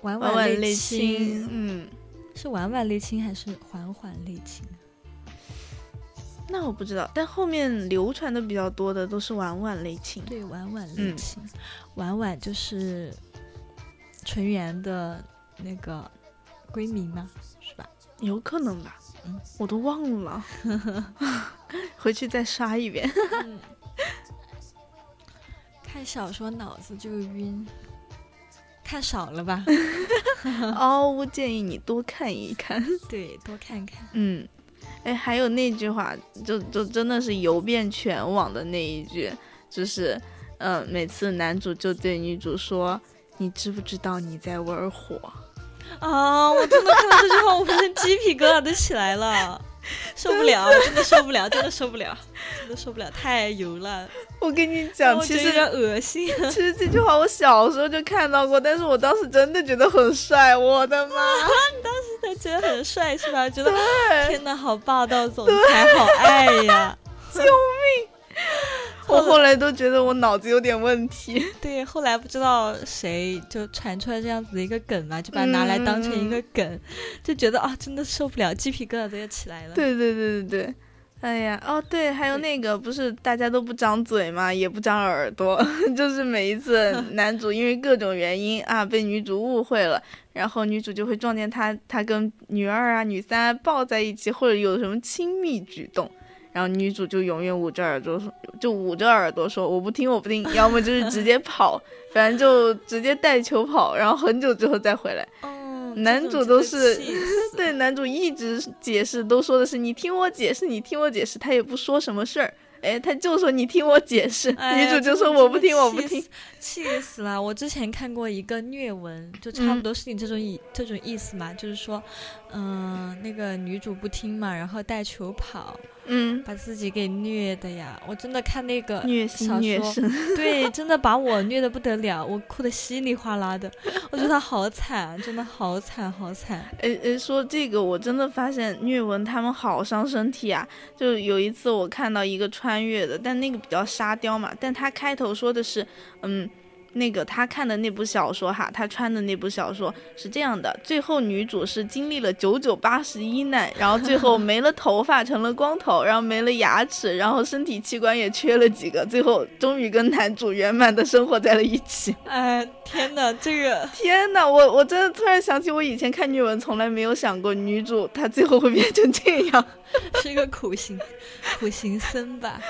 婉婉婉婉啊泪倾倾，嗯，是婉婉泪倾还是缓缓泪倾？那我不知道，但后面流传的比较多的都是婉婉泪倾。对，婉婉泪嗯倾，婉婉就是纯元的那个闺蜜嘛，是吧？ 有可能吧，嗯我都忘了， 回去再刷一 遍。嗯，看小说脑子就晕，看少了吧？ 哦，我建议你多看一 看。对，多看看。嗯，哎，还有那句话，就就真的是游遍全网的那一句，就是，嗯、每次男主就对女主说：“你知不知道你在玩火啊！我真的看到这句话，我浑身鸡皮疙瘩都起来了，受不了，真的受不了，真的受不了，真的受不了，太油了，？”我跟你让讲，我觉啊其 得有点实恶心。 其实这句话我小时候就看到过，但是我当时真的觉得很帅，我的 妈！他觉得很帅是吧？觉得天哪，好霸道总裁，好爱呀！我后来都觉得我脑子有点问题。对，后来不知道谁就传出来这样子的一个梗嘛，就把它拿来当成一嗯个梗，就觉得啊，真的受不了，鸡皮疙瘩都要起来了。，对对对对对，哎呀，哦对，还有那个不是大家都不张嘴嘛，也不张耳朵， 就是每一 次男主因为各种原因啊被女主误会了，然后女主就会撞见他，他跟女二啊、女三啊抱在一起，或者有什么亲密举动。然后女主就永远捂着耳朵说，就捂着耳朵说我不听我不听，要么就是直接跑， 反正就直接带球跑，然后很久之后再回来。嗯，男这种主真都的是气死 对，男主一直解释，都说的是你听我解释，你听我解释，他也不说什么事儿，哎，他就说你听我解释，哎呀女主就真的说我真不的听，我气不听死，，气死了！我之前看过一个虐文，就差不嗯多是你这种意、这种意思嘛，就是说，嗯、那个女主不听嘛，然后带球跑，嗯，把自己给虐的呀！我真的看那个虐小心虐说身，对，真的把我虐得不得了，我哭得稀里哗啦的，我觉得他好惨，真的好惨好惨。诶诶，呃说这个我真的发现虐文他们好伤身体啊！就有一次我看到一个穿越的，但那个比较沙雕嘛，但他开头说的是，嗯，那个他看的那部小说哈，他穿的那部小说是这样的，最后女主是经历了九九八十一难，然后最后没了头发成了光头，然后没了牙齿，然后身体器官也缺了几个，最后终于跟男主圆满的生活在了一起。哎，天哪，这个天哪，我我真的突然想起，我以前看虐文从来没有想过女主她最后会变成这样，是一个苦行苦行僧吧？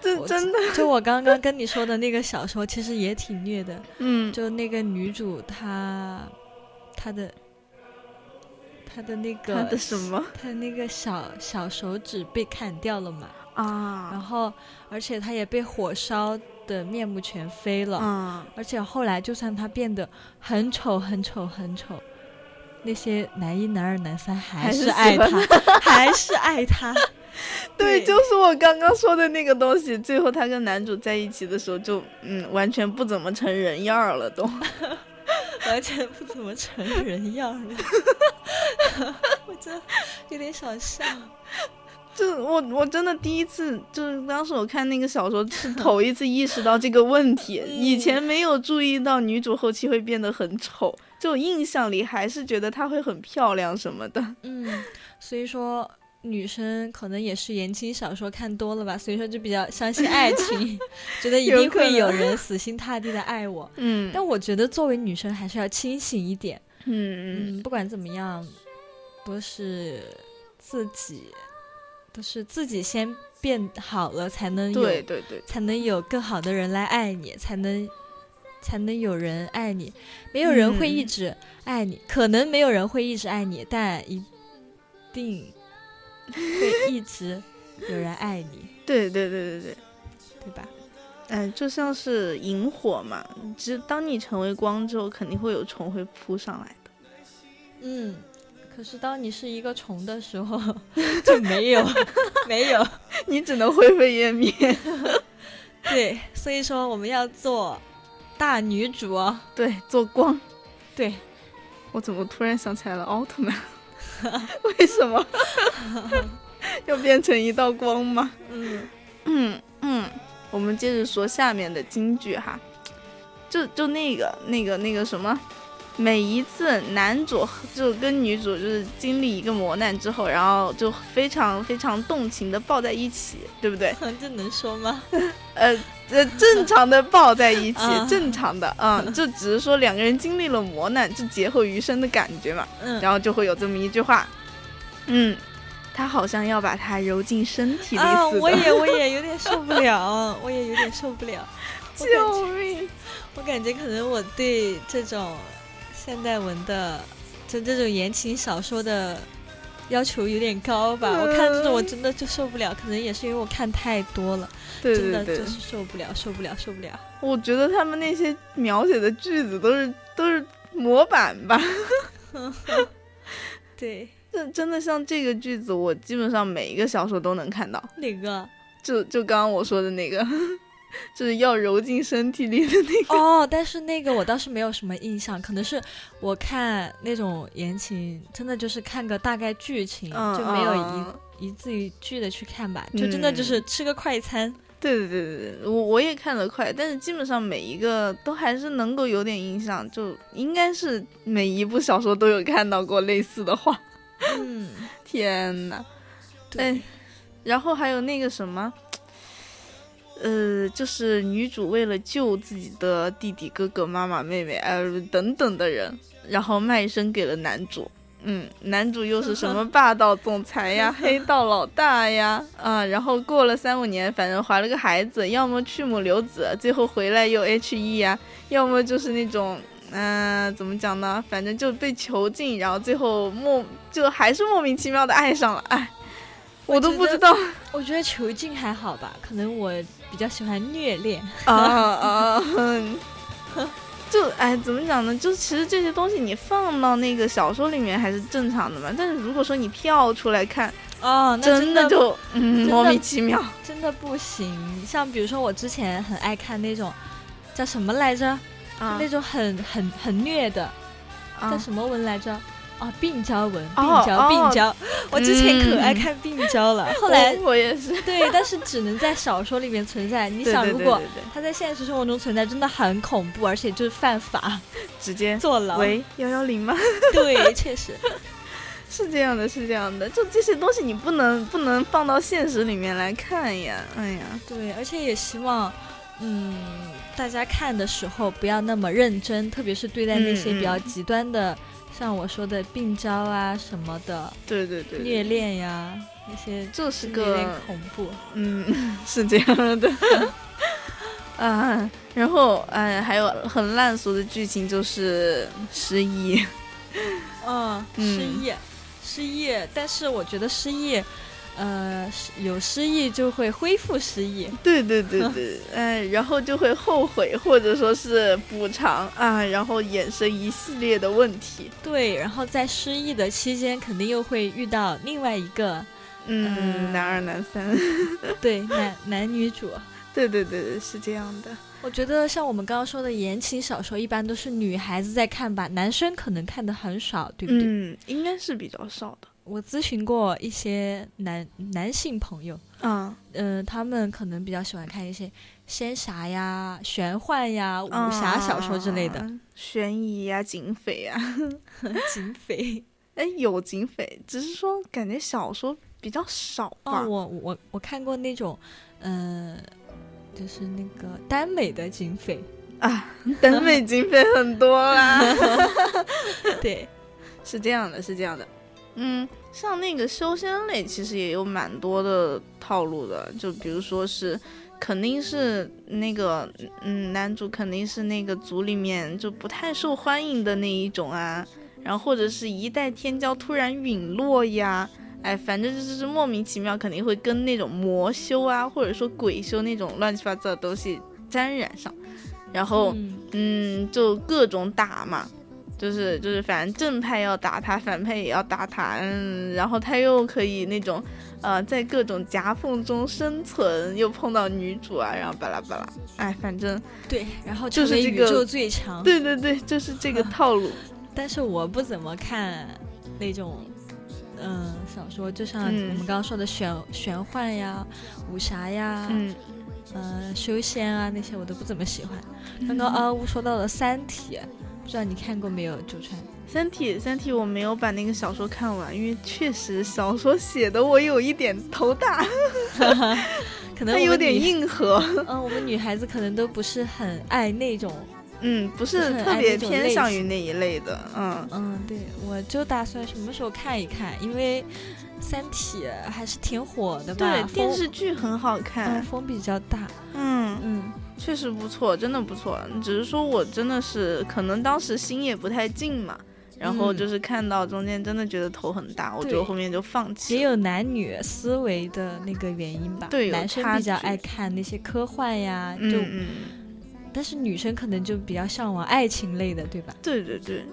这我真的，就我刚刚跟你说的那个小说，其实也挺虐的，嗯，就那个女主她她的她的那个她的什么她那个小小手指被砍掉了嘛，然啊后而且她也被火烧的面目全非了，啊？而且后来就算她变得很丑很丑很丑，那些男一男二男三还还是是喜爱欢她，还是爱她。 对，对就是我刚刚说的那个东西。最后她跟男主在一起的时候就，嗯，完全不怎么成人样儿了，都。完全不怎么成人样了， 我真的有点想笑。就我我真的第一次，就是当时我看那个小说是头一次意识到这个问题，以前没有注意到女主后期会变得很丑，就印象里还是觉得她会很漂亮什么的。嗯，所以说女生可能也是言情小说看多了吧，所以说就比较相信 爱情，觉得一有定可会有能 人死心塌地的爱我。嗯但我觉得作为女生还是要清醒一点。嗯嗯，不管怎么样，都是自己，都是自己先变好了，才能有对对对，才能有更好的人来爱你，才能才能有人爱你。没有人会一嗯直爱你，可能没有人会一直爱你，但一定会一直有人爱你， 对对对对对，对吧？嗯，就像是萤火嘛，只当你成为光之后，肯定会有虫会扑上来的。嗯。可是当你是一个虫的时 候，就没有 没有你只能灰飞烟灭。对，所以说我们要做大女主哦。 对，做光。对，我怎么突然想起来了奥特曼？ 为什么 要变成一道光吗？嗯 嗯，嗯，我们接着说下面的金句哈，就就那个那个那个什么，每一次男主就跟女主就是经历一个磨难之后，然后就非常非常动情的抱在一起，对不对？这能说吗？呃呃，正常的抱在一起 啊，正常的，嗯，就只是说两个人经历了磨难，就劫后余生的感觉嘛，嗯然后就会有这么一句话，嗯，他好像要把它揉进身体里似的，啊，我也我也有点受不了，我也有点受不了。我 感救觉命！我感觉可能我对这种现代文的，就这种言情小说的要求有点高吧。我看这种我真的就受不了，可能也是因为我看太多了，对对真的对，就是受不了，受不了，受不了。我觉得他们那些描写的句子都是都是模板吧。 对，这真的像这个句子，我基本上每一个小说都能看到。哪 个？就就刚刚我说的那个， 就是要揉进身体里的那个。哦，但是那个我倒是没有什么印象，可能是我看那种言情，真的就是看个大概剧情，嗯就没有一、嗯一字一句的去看吧，就真的就是吃个快餐。对对对对对，我我也看得快，但是基本上每一个都还是能够有点印象，就应该是每一部小说都有看到过类似的话。 嗯，天呐，对，哎然后还有那个什么，呃，就是女主为了救自己的弟弟、哥哥、妈妈、妹妹，呃，等等的人，然后卖身给了男主。嗯，男主又是什么霸道总裁 呀、黑道老大呀，啊，然后过了三五年，反正怀了个孩子，要么去母留子，最后回来又 H E 呀、要么就是那种，嗯、怎么讲呢？反正就被囚禁，然后最后莫就还是莫名其妙的爱上了，哎，我都觉不得知道我觉得囚禁还好吧，可能我比较喜欢虐恋。啊 啊！ 嗯就哎，怎么讲呢？就其实这些东西你放到那个小说里面还是正常的嘛，但是如果说你跳出来看，哦，那真的就嗯真的莫名其妙。真的不行。像比如说我之前很爱看那种叫什么来着，啊那种很很很虐的，叫啊什么文来着？啊，病娇文，病哦娇，哦病娇。我之前可嗯爱看病娇了，后来我我也是，对，但是只能在小说里面存在。你你想，如果对对对它在现实生活中存在，真的很恐怖，而且就是犯法直接坐牢。哎喂幺幺零吗？ 对，确实，是这样的，是这样的，就这些东西你不能不能放到现实里面来看呀，哎呀，对，而且也希望，嗯，大家看的时候不要那么认真，特别是对待那些嗯嗯比较极端的，像我说的病娇啊什么的，对对对，虐恋呀那些，这是有点个恐怖。嗯，是这样的。 啊，然后哎，还有很烂俗的剧情就是失忆，嗯，嗯失忆，失忆，但是我觉得失忆，呃，是有失忆就会恢复失忆。对对对对， 哎，然后就会后悔或者说是补偿啊，然后衍生一系列的问题。对，然后在失忆的期间，肯定又会遇到另外一个嗯，嗯男二男三，对男男女主。 对对对对，是这样的。我觉得像我们刚刚说的言情小说，一般都是女孩子在看吧，男生可能看的很少，对不对？嗯，应该是比较少的。我咨询过一些男男性朋友，啊，嗯、他们可能比较喜欢看一些仙侠呀、玄幻呀、武侠小说之类的。啊悬疑呀、警匪呀、警匪哎，有警匪，只是说感觉小说比较少吧。哦，我我我看过那种，呃，就是那个耽美的警匪，啊，耽美警匪很多啊啦。对， 是这样的，是这样的。嗯，像那个修仙类，其实也有蛮多的套路的，就比如说是，肯定是那个，嗯，男主肯定是那个组里面就不太受欢迎的那一种啊，然后或者是一代天骄突然陨落呀，哎，反正就是莫名其妙，肯定会跟那种魔修啊，或者说鬼修那种乱七八糟的东西沾染上，然后。嗯，嗯，就各种打嘛，就是就是，反正正派要打他，反派也要打他，嗯，然后他又可以那种，呃，在各种夹缝中生存，又碰到女主啊，然后巴拉巴拉，哎，反正对，然后就成是为这宇个宙最强，对对对，就是这 个套路，但是我不怎么看那种，嗯、小说，就像我嗯们刚刚说的玄、玄幻呀、武侠呀、嗯、嗯，呃、修仙啊那些，我都不怎么喜欢。嗯刚刚阿乌说到了《三体》，不知道你看过没有，九川？ 《三体》《三体》我没有把那个小说看完，因为确实小说写的我有一点头大，可它能我们有点女，硬核，嗯、我们女孩子可能都不是很爱那种，嗯，不就是是很特爱别那种偏类向于型那一类的，嗯。嗯，对，我就打算什么时候看一看，因为《三体》还是挺火的吧，对，风电视剧很好看嗯，风比较大，嗯嗯。确实不错，真的不错。只是说我真的是可能当时心也不太静嘛，然后就是看到中间真的觉得头很大，我嗯对觉得后面就放也弃了。有男女思维的那个原因吧。对有男生差比较距爱看那些科幻呀，就、嗯嗯，但是女生可能就比较向往爱情类的，对吧？对对对，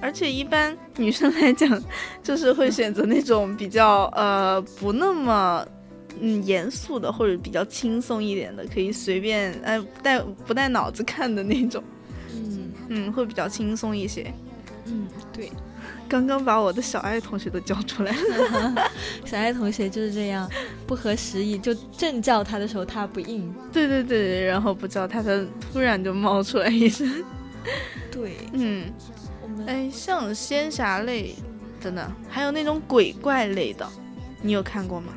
而且一般女生来讲，就是会选择那种比较呃不那么嗯严肃的，或者比较轻松一点的，可以随便哎不带不带脑子看的那种，嗯嗯，会比较轻松一些。嗯，对。刚刚把我的小爱同学都叫出来了，小爱同学就是这样，不合时宜，就正叫他的时候他不应。对对对，然后不知道他他突然就冒出来一声，对，嗯，我们、哎，像仙侠类，真的，还有那种鬼怪类的，你有看过吗？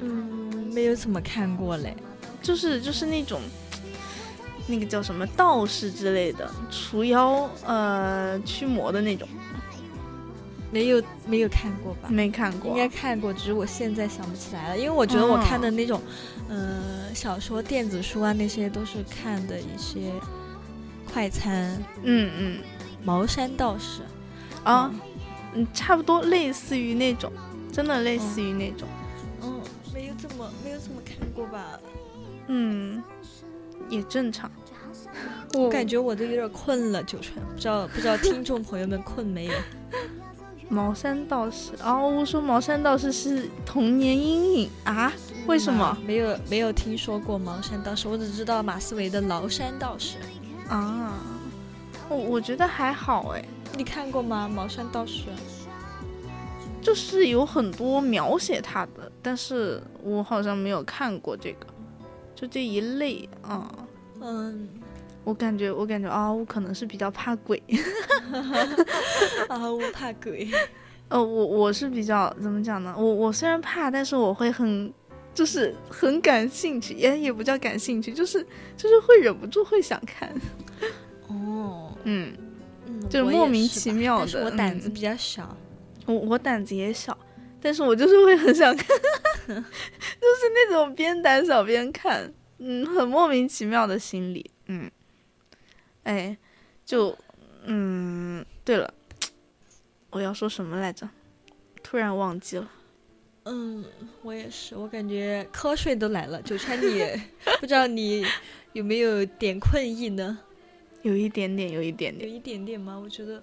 嗯没有怎么看过嘞。就是就是那种，那个叫什么道士之类的，除妖呃驱魔的那种，没有没有看过吧？没看过应。该看过，只是我现在想不起来了，因为我觉得我哦看的那种，呃，小说、电子书啊那些都是看的一些快餐、嗯嗯茅山道士，啊，嗯，差不多类似于那种，真的类似于那种，嗯，没有怎么没有怎么看过吧，嗯，也正常。我感觉我都有点困了，九川，不知道不知道听众朋友们困没有？茅山道士哦，我说茅山道士是童年阴影啊？ 为什么？没有没有听说过茅山道士，我只知道马思唯的《崂山道士》。啊？我我觉得还好哎，你看过吗？《茅山道士》就是有很多描写他的，但是我好像没有看过这个，就这一类啊。嗯我感觉，我感觉啊、我可能是比较怕鬼， 啊，我怕鬼。呃，我我是比较怎么讲呢？我我虽然怕，但是我会很，就是很感兴趣，也也不叫感兴趣，就是就是会忍不住会想看， 哦，嗯，嗯，就是我莫也名是其吧妙但是的我胆嗯子比较小。我我胆子也小，但是我就是会很想看， 就是那种边胆小边看，嗯，很莫名其妙的心理，嗯，哎，就嗯，对了，我要说什么来着？突然忘记了。嗯，我也是，我感觉瞌睡都来了。九川你， 不知道你有没有点困意呢？有一点点，有一点有点，一点点吗？我觉得，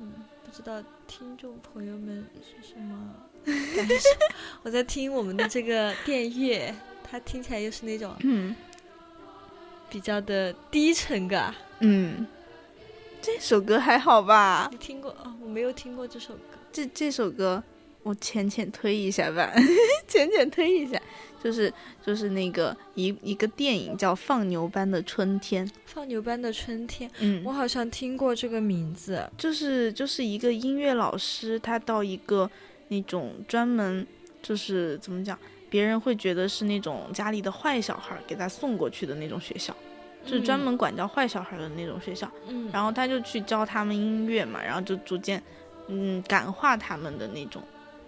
嗯，不知道听众朋友们是什么感受。 我在听我们的这个电乐，它听起来又是那种嗯比较的低沉感。嗯，这首歌还好吧？你听过？哦，我没有听过这首歌。这这首歌我浅浅推一下吧， 浅浅推一下，就是就是那个一一个电影叫《放牛班的春天》，放牛班的春天，嗯我好像听过这个名字。就是就是一个音乐老师，他到一个那种专门就是怎么讲，别人会觉得是那种家里的坏小孩儿给他送过去的那种学校，就是专嗯门管教坏小孩儿的那种学校。嗯，然后他就去教他们音乐嘛，然后就逐渐，嗯，感化他们的那种。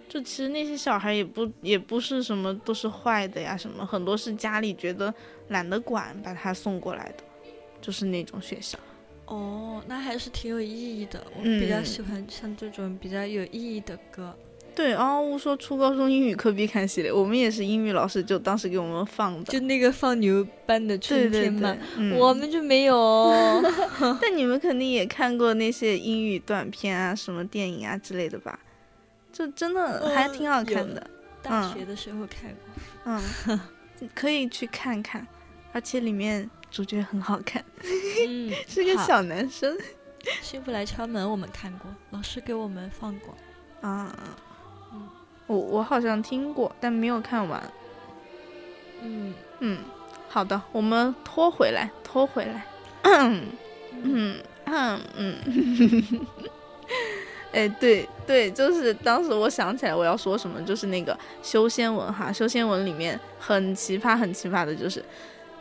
就其实那些小孩也不也不是什么都是坏的呀，什么很多是家里觉得懒得管，把他送过来的，就是那种学校。哦，那还是挺有意义的。我比较嗯喜欢像这种比较有意义的歌。对，嗷呜说初高中英语课必看系列，我们也是英语老师就当时给我们放的。就那个放牛班的对春对天嘛，对，嗯 我们就没有。但你们肯定也看过那些英语短片啊、什么电影啊之类的吧？就真的嗯还挺好看的。大学的时候看过，嗯， 可以去看看，而且里面主角很好看，嗯， 是个好小男生幸福来敲门，我们看过，老师给我们放过。啊嗯。我我好像听过，但没有看完。嗯嗯，好的，我们拖回来，拖回来。嗯嗯嗯。 哎，对对，就是当时我想起来我要说什么，就是那个修仙文哈，修仙文里面很奇葩很奇葩的，就是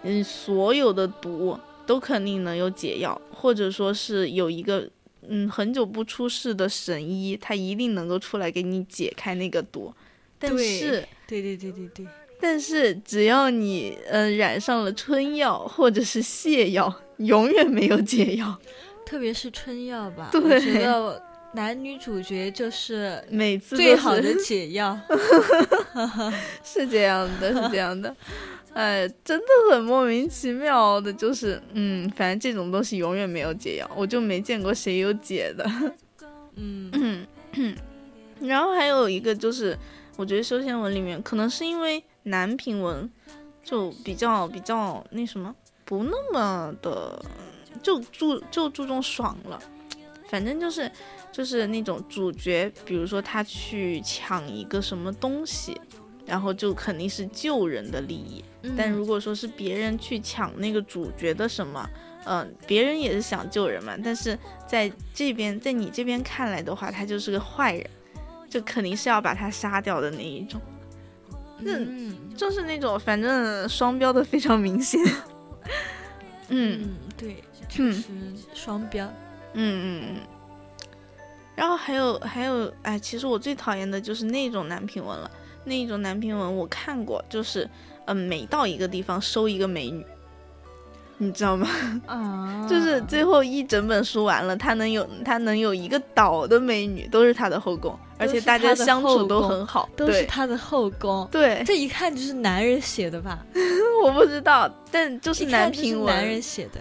嗯，所有的毒都肯定能有解药，或者说是有一个嗯很久不出世的神医，他一定能够出来给你解开那个毒，但对是。对对对对对，但是只要你呃染上了春药或者是泻药，永远没有解药。特别是春药吧，对我觉得 男女主角就是每次都最好的是解 药。是这样的，是这样的。哎，真的很莫名其妙的，就是嗯，反正这种东西永远没有解药，我就没见过谁有解的。 嗯，嗯，然后还有一个就是，我觉得修仙文里面可能是因为男频文就比较比较那什么，不那么的就注就注重爽了，反正就是就是那种主角，比如说他去抢一个什么东西。然后就肯定是救人的利益，嗯但如果说是别人去抢那个主角的什么，嗯、别人也是想救人嘛，但是在这边，在你这边看来的话，他就是个坏人，就肯定是要把他杀掉的那一种，嗯就是那种反正双标的非常明显。 嗯嗯，对，确嗯实双标。嗯嗯嗯。然后还有还有，哎，其实我最讨厌的就是那种男评文了。那一种男评文我看过，就是嗯，每到一个地方收一个美女，你知道吗？ 啊就是最后一整本书完了，他能有他能有一个岛的美女，都是他的后宫，而且大家相处都很好，都是对他的后宫。对，这一看就是男人写的吧？ 我不知道，但就是一男看就频是文，男人写的，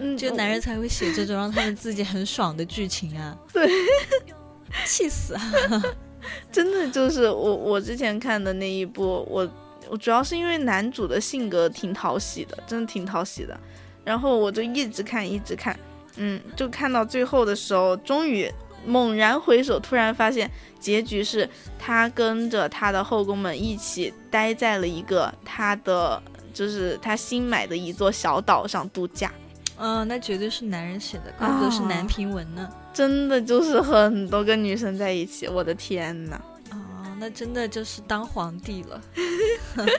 嗯，只有男人才会写这种让他们自己很爽的剧情啊。 气死！真的就是我我之前看的那一部，我我主要是因为男主的性格挺讨喜的，真的挺讨喜的，然后我就一直看一直看，嗯，就看到最后的时候，终于猛然回首，突然发现结局是他跟着他的后宫们一起待在了一个他的就是他新买的一座小岛上度假，嗯，那绝对是男人写的，怪不得是啊男评文呢。真的就是很多个女生在一起，我的天呐，哦，那真的就是当皇帝了。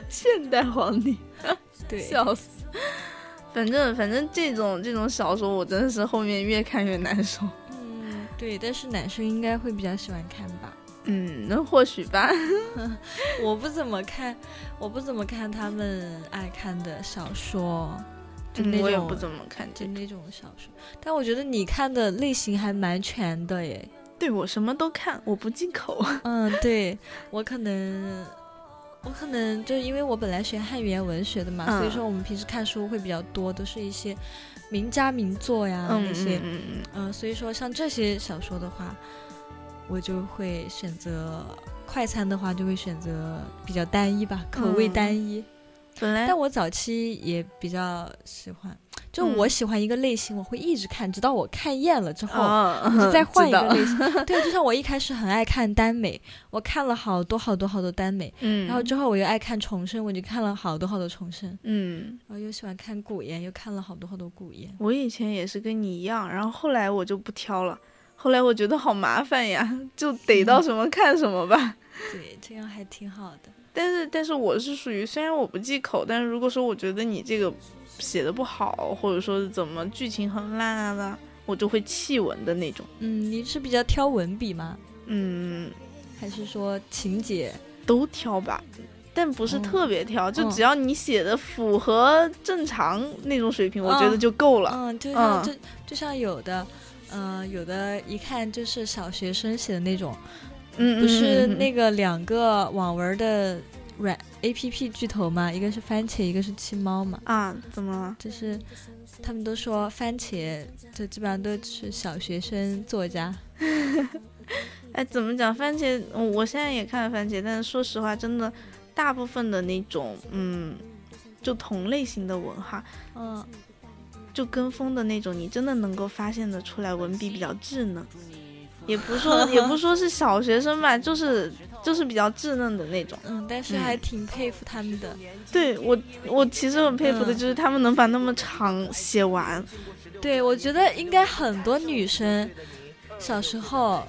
现代皇帝。对，死！ 反正反正这种这种小说，我真的是后面越看越难受。嗯，对，但是男生应该会比较喜欢看吧。嗯，那或许吧。我不怎么看，我不怎么看他们爱看的小说，就那种、嗯我也不怎么看就这。那种小说。但我觉得你看的类型还蛮全的耶。对我什么都看，我不忌口。嗯，对我可能，我可能就因为我本来学汉语言文学的嘛，嗯所以说我们平时看书会比较多，都是一些名家名作呀、嗯那些嗯。嗯嗯，嗯、所以说像这些小说的话，我就会选择快餐的话，就会选择比较单一吧，口味嗯单一。本来但我早期也比较喜欢，就嗯我喜欢一个类型，我会一直看，直到我看厌了之后。哦 我就再换一个知道类 型，对，就像我一开始很爱看耽美，我看了好多好多好多耽美，嗯，然后之后我又爱看重生，我就看了好多好多重生，嗯，然后又喜欢看古言，又看了好多好多古言。我以前也是跟你一样，然后后来我就不挑了。后来我觉得好麻烦呀，就逮到什么看什么吧。对，这样还挺好的。但是，但是我是属于虽然我不忌口，但是如果说我觉得你这个写的不好，或者说是怎么剧情很烂啊的，我就会弃文的那种。嗯，你是比较挑文笔吗？嗯，还是说情节？都挑吧，但不是哦特别挑，就嗯只要你写的符合正常那种水平，我觉得嗯就够了。嗯，就嗯像、就就像有的，呃，有的一看就是小学生写的那种，嗯，不是嗯嗯嗯那个两个网文的软 A P P 巨头嘛，一个是番茄，一个是七猫嘛。啊，怎么了？ 就是他们都说番茄，就基本上都是小学生作家。哎，怎么讲？番茄，嗯我现在也看番茄，但是说实话，真的，大部分的那种，嗯，就同类型的文哈，嗯，就跟风的那种，你真的能够发现得出来，文笔比较稚 嫩，也不说也不说是小学生吧，就是就是比较稚嫩的那 种。嗯，但是还挺佩服他们的。对我我其实很佩服的嗯就是他们能把那么长写完，对，我觉得应该很多女生小时候，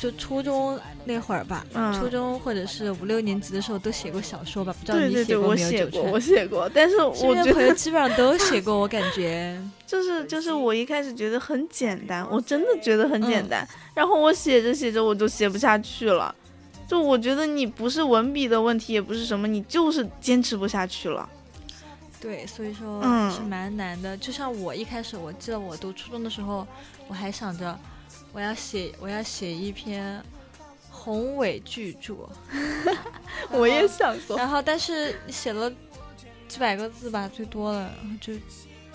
就初中那会儿吧，嗯初中或者是五六年级的时候都写过小说吧，不知道对你对对，过我没有？写九过，川我写过，但 是身我边觉朋友得基本上都写过，我感觉， 就是就是我一开始觉得很简嗯单，我真的觉得很简单，然后我写着写着我就写不下去了，就我觉得你不是文笔的问题，也不是什么，你就是坚持不下去 了。对，所以说嗯是蛮难的。就像我一开始，我记得我读初中的时候，我还想着我要写我要写一篇宏伟巨著，我 也想过，然后但是写了几百个字吧，最多了，然后就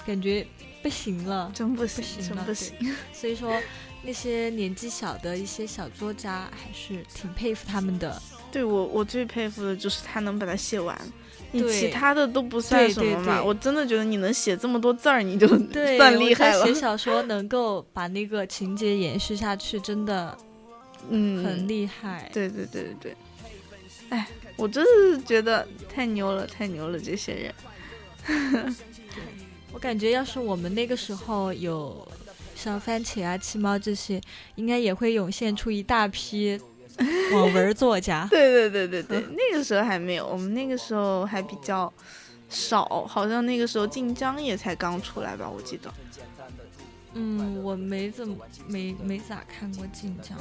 感觉不行了。真不不行真了不行。 所以说，那些年纪小的一些小作家，还是挺佩服他们的。对我，我最佩服的就是他能把它写完，你对其他的都不算对什么对嘛。对我真的觉得你能写这么多字儿，你就 对，算我厉觉得害了写。小说能够把那个情节延续下去，真的嗯，很厉害。对对对对对。哎，我真是觉得太牛了，太牛了，这些 人。我感觉要是我们那个时候有像番茄啊、七猫这些，应该也会涌现出一大 批网文作家。对对对对对， 那个时候还没有，我们那个时候还比较少，好像那个时候晋江也才刚出来吧，我记得。嗯，我没怎么没没咋看过晋江。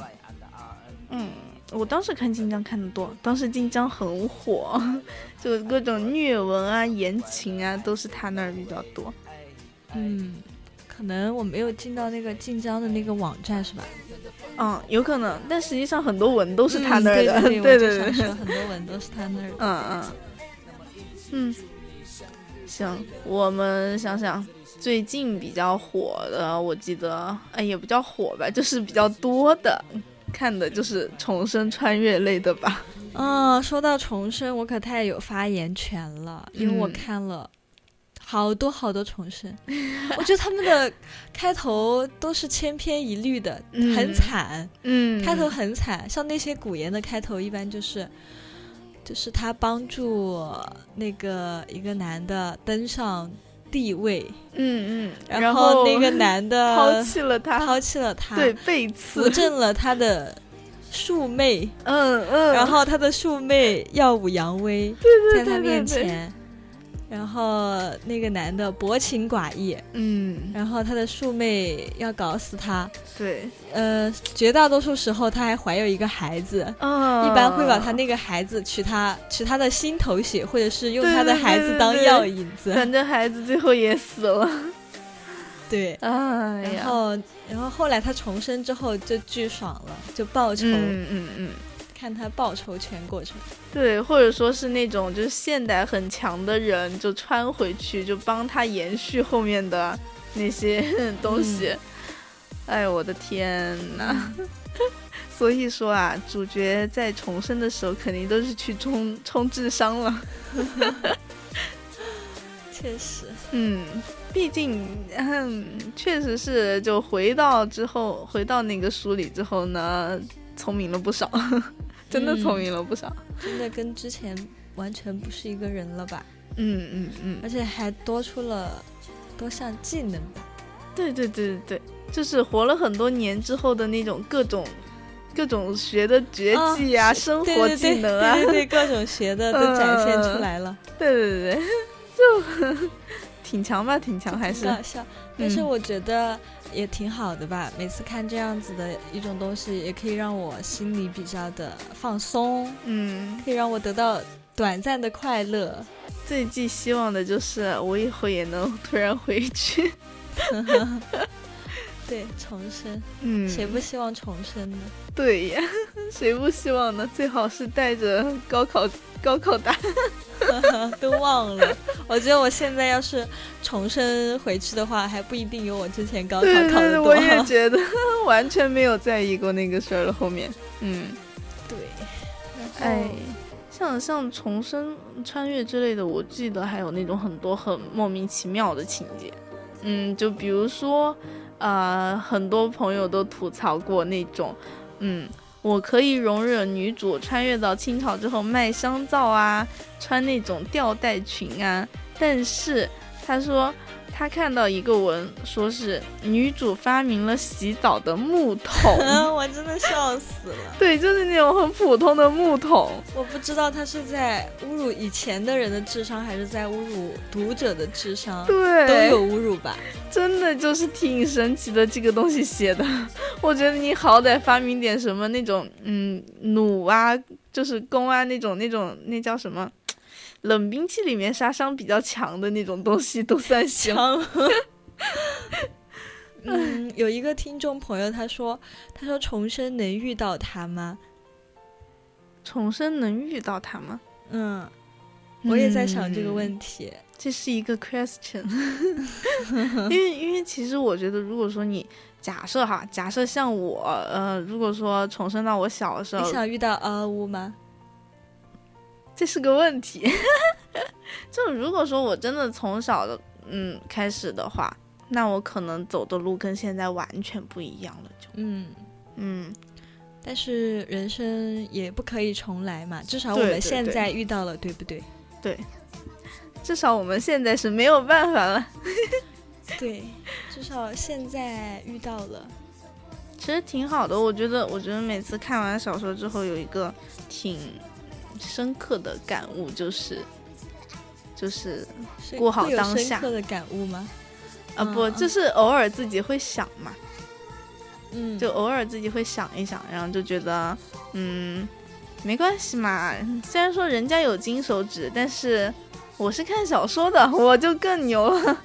嗯，我当时看晋江看的多，当时晋江很火， 就各种虐文啊、言情啊，都是他那儿比较多。嗯，可能我没有进到那个晋江的那个网站是吧？嗯，有可能，但实际上很多文都是他那儿的。嗯对 对对对我就想对，说很多文都是他那儿的。嗯嗯嗯，行，我们想想。最近比较火的，我记得，哎，也不叫火吧，就是比较多的，看的就是重生穿越类的吧？嗯，说到重生，我可太有发言权了，因为我嗯看了好多好多 重生，我觉得他们的开头都是千篇一律的，很嗯惨，嗯开头很惨。像那些古言的开头，一般就是。就是他帮助那个一个男的登上帝位，嗯嗯，然后那个男的抛弃了他，抛弃了他，对，背扶 刺，正了他的庶妹，嗯嗯，然后他的庶妹耀武扬威，在他面对对前。然后那个男的薄情寡义，嗯，然后他的庶妹要搞死他。对，呃，绝大多数时候他还怀有一个孩子，嗯，一般会把他那个孩子取他取他的心头血，或者是用对他的对孩对子对当对药引子。反正孩子最后也死 了，对，哎然呀，后然后后来他重生之后就巨爽了，就报仇，嗯嗯嗯。看他报仇全过程。对，或者说是那种就是现代很强的人，就穿回去，就帮他延续后面的那些 东西。嗯哎，我的天呐！ 所以说啊，主角在重生的时候，肯定都是去充充智商了。确实，嗯，毕竟，嗯，确实是，就回到之后，回到那个书里之后呢，聪明了不少， 真嗯的聪明了不少。真的跟之前完全不是一个人了吧？嗯嗯嗯而且还多出了多项技能吧？对对对对对，就是活了很多年之后的那种各种各种学的绝啊技啊、是生对活对技对能啊，嗯对对对，各种学的都展现出来了，对对对对，就 挺强吧，挺强还是搞笑。但是嗯我觉得也挺好的吧，每次看这样子的一种东西，也可以让我心里比较的放松，嗯，可以让我得到短暂的快乐。最寄希望的就是我以后也能突然回去， 对，重生，嗯，谁不希望重生呢？ 对呀， 谁不希望呢？最好是带着高考高考答都忘了。我觉得我现在要是重生回去的话，还不一定有我之前高考对对考对，的我多也好。觉得 完全没有在意过那个事儿了。后面，嗯，对，然后、哎，像像重生、穿越之类的，我记得还有那种很多很莫名其妙的情节。嗯，就比如说，呃，很多朋友都吐槽过那种，嗯，我可以容忍女主穿越到清朝之后卖香皂啊，穿那种吊带裙啊，但是他说。他看到一个文，说是女主发明了洗澡的木 桶，嗯，我真的笑死了。对，就是那种很普通的木桶，我不知道他是在侮辱以前的人的智商，还是在侮辱读者的智商，对， 都有侮辱 吧。真的就是挺神奇的，这个东西写的， 我觉得你好歹发明点什么那种，嗯，弩啊，就是弓啊那种那种那叫什么，冷兵器里面杀伤比较强的那种东西都算 行。强。嗯，有一个听众朋友他说，他说重生能遇到他吗？重生能遇到他吗？嗯，我也在想这题，个问题。这是一个 question，因为因为其实我觉得，如果说你假设哈，假设像我，呃，如果说重生到我小的时候你，想遇到阿乌吗？这是个问题。 就如果说我真的从小的嗯开始的话，那我可能走的路跟现在完全不一样了，就嗯，嗯但是人生也不可以重来嘛，至少我对们对现对在遇到了，对 不对？对，至少我们现在是没有办法了。对，至少现在遇到了。其实挺好的，我觉得，我觉得每次看完小说之后，有一个挺深刻的感悟，就是就是是过好会有当深下刻的感悟吗？啊嗯不，嗯就是偶尔自己会想嘛，嗯，就偶尔自己会想一想，然后就觉得，嗯，没关系嘛。虽然说人家有金手指，但是我是看小说的，我就更牛了。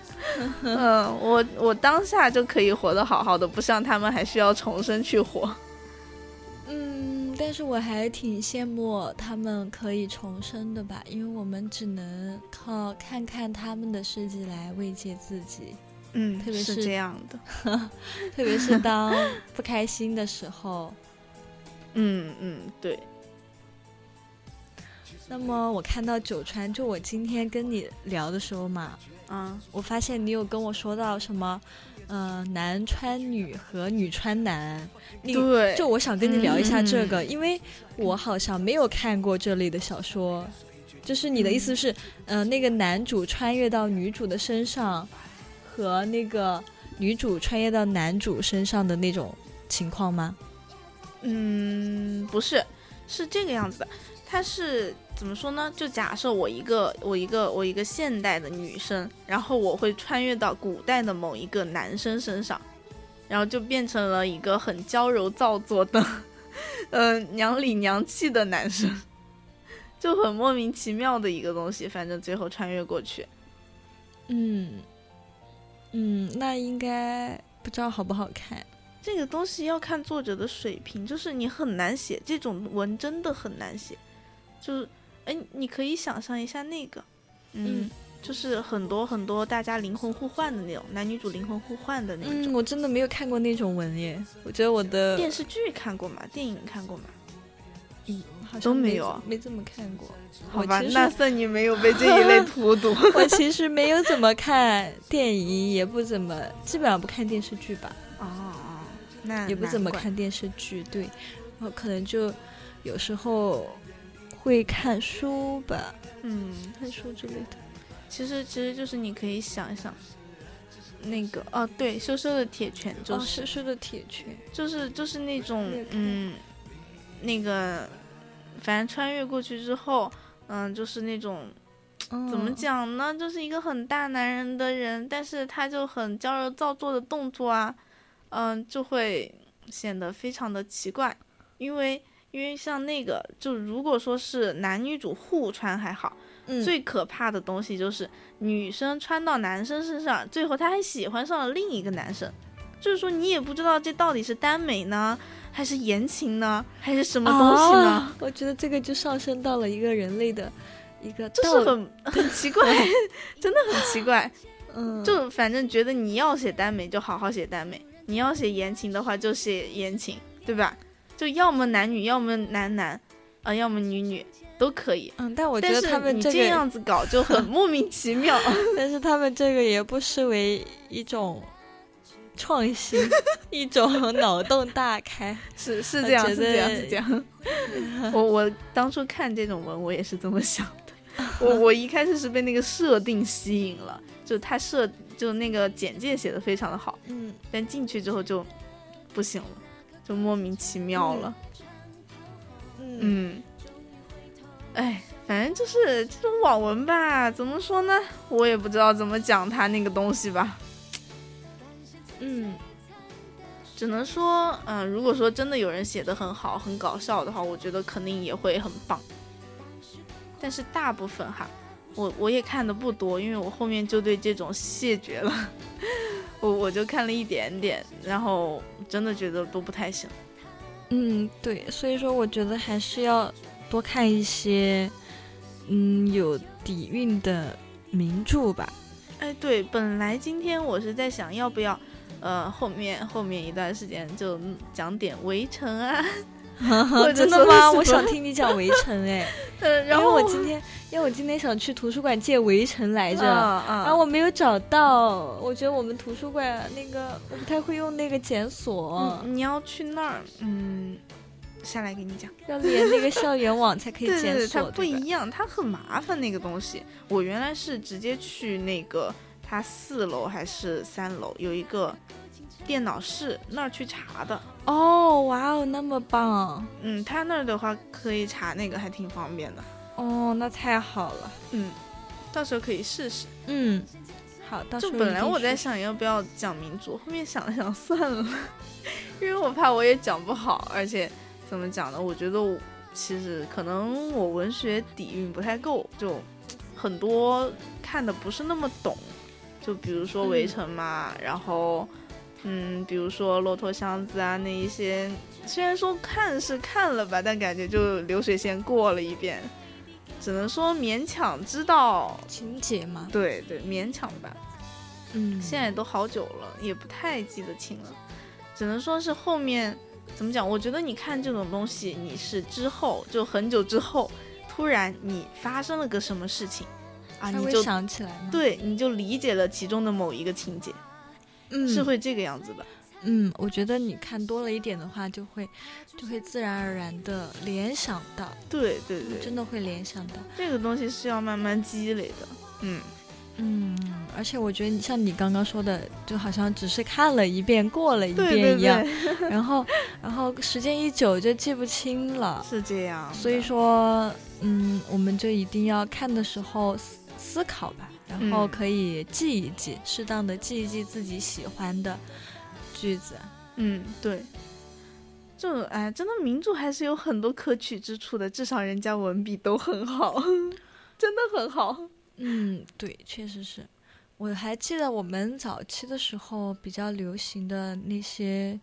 嗯，我我当下就可以活得好好的，不像他们还需要重生去活。嗯，但是我还挺羡慕他们可以重生的吧，因为我们只能靠看看他们的事迹来慰藉自己，嗯特别是是这样的。特别是当不开心的时候，嗯嗯，对，那么我看到九川，就我今天跟你聊的时候嘛，啊，我发现你有跟我说到什么，呃，男穿女和女穿男，你对，就我想跟你聊一下这个，嗯因为我好像没有看过这类的小说。就是你的意思是，呃，那个男主穿越到女主的身上，和那个女主穿越到男主身上的那种情况吗？嗯，不是，是这个样子的。它是怎么说呢？就假设我一个我一个我一个现代的女生，然后我会穿越到古代的某一个男生身上，然后就变成了一个很娇柔造作的，呃，娘里娘气的男生，就很莫名其妙的一个东西。反正最后穿越过去，嗯，嗯，那应该不知道好不好看。这个东西要看作者的水平，就是你很难写这种文，真的很难写。就是，哎，你可以想象一下那个，嗯，就是很多很多大家灵魂互换的那种，男女主灵魂互换的那嗯，种。我真的没有看过那种文耶，我觉得我的电视剧看过吗？电影看过吗？嗯好像都没没有啊没怎么看过。好我吧其，实那算你没有被这一 类荼毒。哦我其实没有怎么看电影，也不怎么，基本上不看电视剧吧，哦，那也不怎么难怪。看电视剧。对，然后可能就有时候会看书吧，嗯，看书之类的。其实其实就是你可以想一想，那个哦，对，羞羞的铁拳就哦，是、是是的铁拳，就是就是那种裂开嗯，那个，反正穿越过去之后，嗯，就是那种怎么嗯？讲呢？就是一个很大男人的人，但是他就很娇柔造作的动作啊，嗯，就会显得非常的奇怪，因为因为像那个，就如果说是男女主互穿还好，嗯，最可怕的东西就是女生穿到男生身上，最后她还喜欢上了另一个男生，就是说你也不知道这到底是耽美呢，还是言情呢，还是什么东西呢？啊 我觉得这个就上升到了一个人类的一个就道，是很很奇 怪，真的很奇怪。嗯，就反正觉得你要写耽美就好好写耽美，你要写言情的话就写言情，对吧？就要么男女，要么男男，啊、要么女女都可以。嗯，但我觉但得是他们你这这个样子搞就 很莫名其妙。但是他们这个也不失为一种 创新，一种脑洞大开。是是我这样，觉是这样，得是这样。 我我当初看这种文，我也是这么想的。我我一开始是被那个设定吸引了，就他设就那个简介写的非常的好，嗯，但进去之后就不行了，就莫名其妙了。嗯，嗯，哎，反正就是这种网文吧，怎么说呢？我也不知道怎么讲它那个东西吧。嗯，只能说，嗯、如果说真的有人写的很好、很搞笑的话，我觉得肯定也会很棒。但是大部分哈，我我也看的不多，因为我后面就对这种谢绝了。 我我就看了一点点，然后真的觉得都不太行。嗯，对，所以说我觉得还是要多看一些，嗯，有底蕴的名著吧。哎，对，本来今天我是在想要不要，呃，后面后面一段时间就嗯讲点《围城》 啊，或者真的说吗？什么我想听你讲《围城》哎，呃， 然因为后我今天，因为我今天想去图书馆借《围城》来着。啊啊，然后我没有找到，我觉得我们图书馆那个我不太会用那个检索，嗯，你要去那儿，嗯，下来给你讲。要连那个校园网才可以对对检对，它索，不对吧一样，它很麻烦那个东西。我原来是直接去那个它四楼还是三楼有一个电脑室那儿去查的。哦，哇哦，那么棒！嗯，它那儿的话可以查那个，还挺方便的。哦，那太好了。嗯，到时候可以试试。嗯，好，到时就候本一来定我在去，想要不要讲民族，后面想了想 算了，因为我怕我也讲不好，而且怎么讲呢？我觉得我其实可能我文学底蕴不太够，就很多看的不是那么懂。就比如说《嗯围城》嘛，然后嗯，比如说《骆驼祥子》啊那一些，虽然说看是看了吧，但感觉就流水线过了一遍，只能说勉强知道。情节嘛。对对，勉强吧。嗯，现在都好久了，也不太记得清了，只能说是后面怎么讲？我觉得你看这种东西，你是之后就很久之后，突然你发生了个什么事情啊，稍你微就想起来吗？，对你就理解了其中的某一个情节，嗯，是会这个样子的。嗯，我觉得你看多了一点的话，就会就会自然而然的联想到，对对对，真的会联想到。这个东西是要慢慢积累的。嗯，嗯，而且我觉得你像你刚刚说的，就好像只是看了一遍，过了一对对遍一样，对，然后然后时间一久就记不清了。是这样的。啊所以说，嗯，我们就一定要看的时候思思考吧，然后嗯可以记一记，适当的记一记自己喜欢的句子。嗯，对，就哎，真的名著还是有很多可取之处的，至少人家文笔都很好， 真的很好。嗯，对，确实是。我还记得我们早期的时候比较流行的那些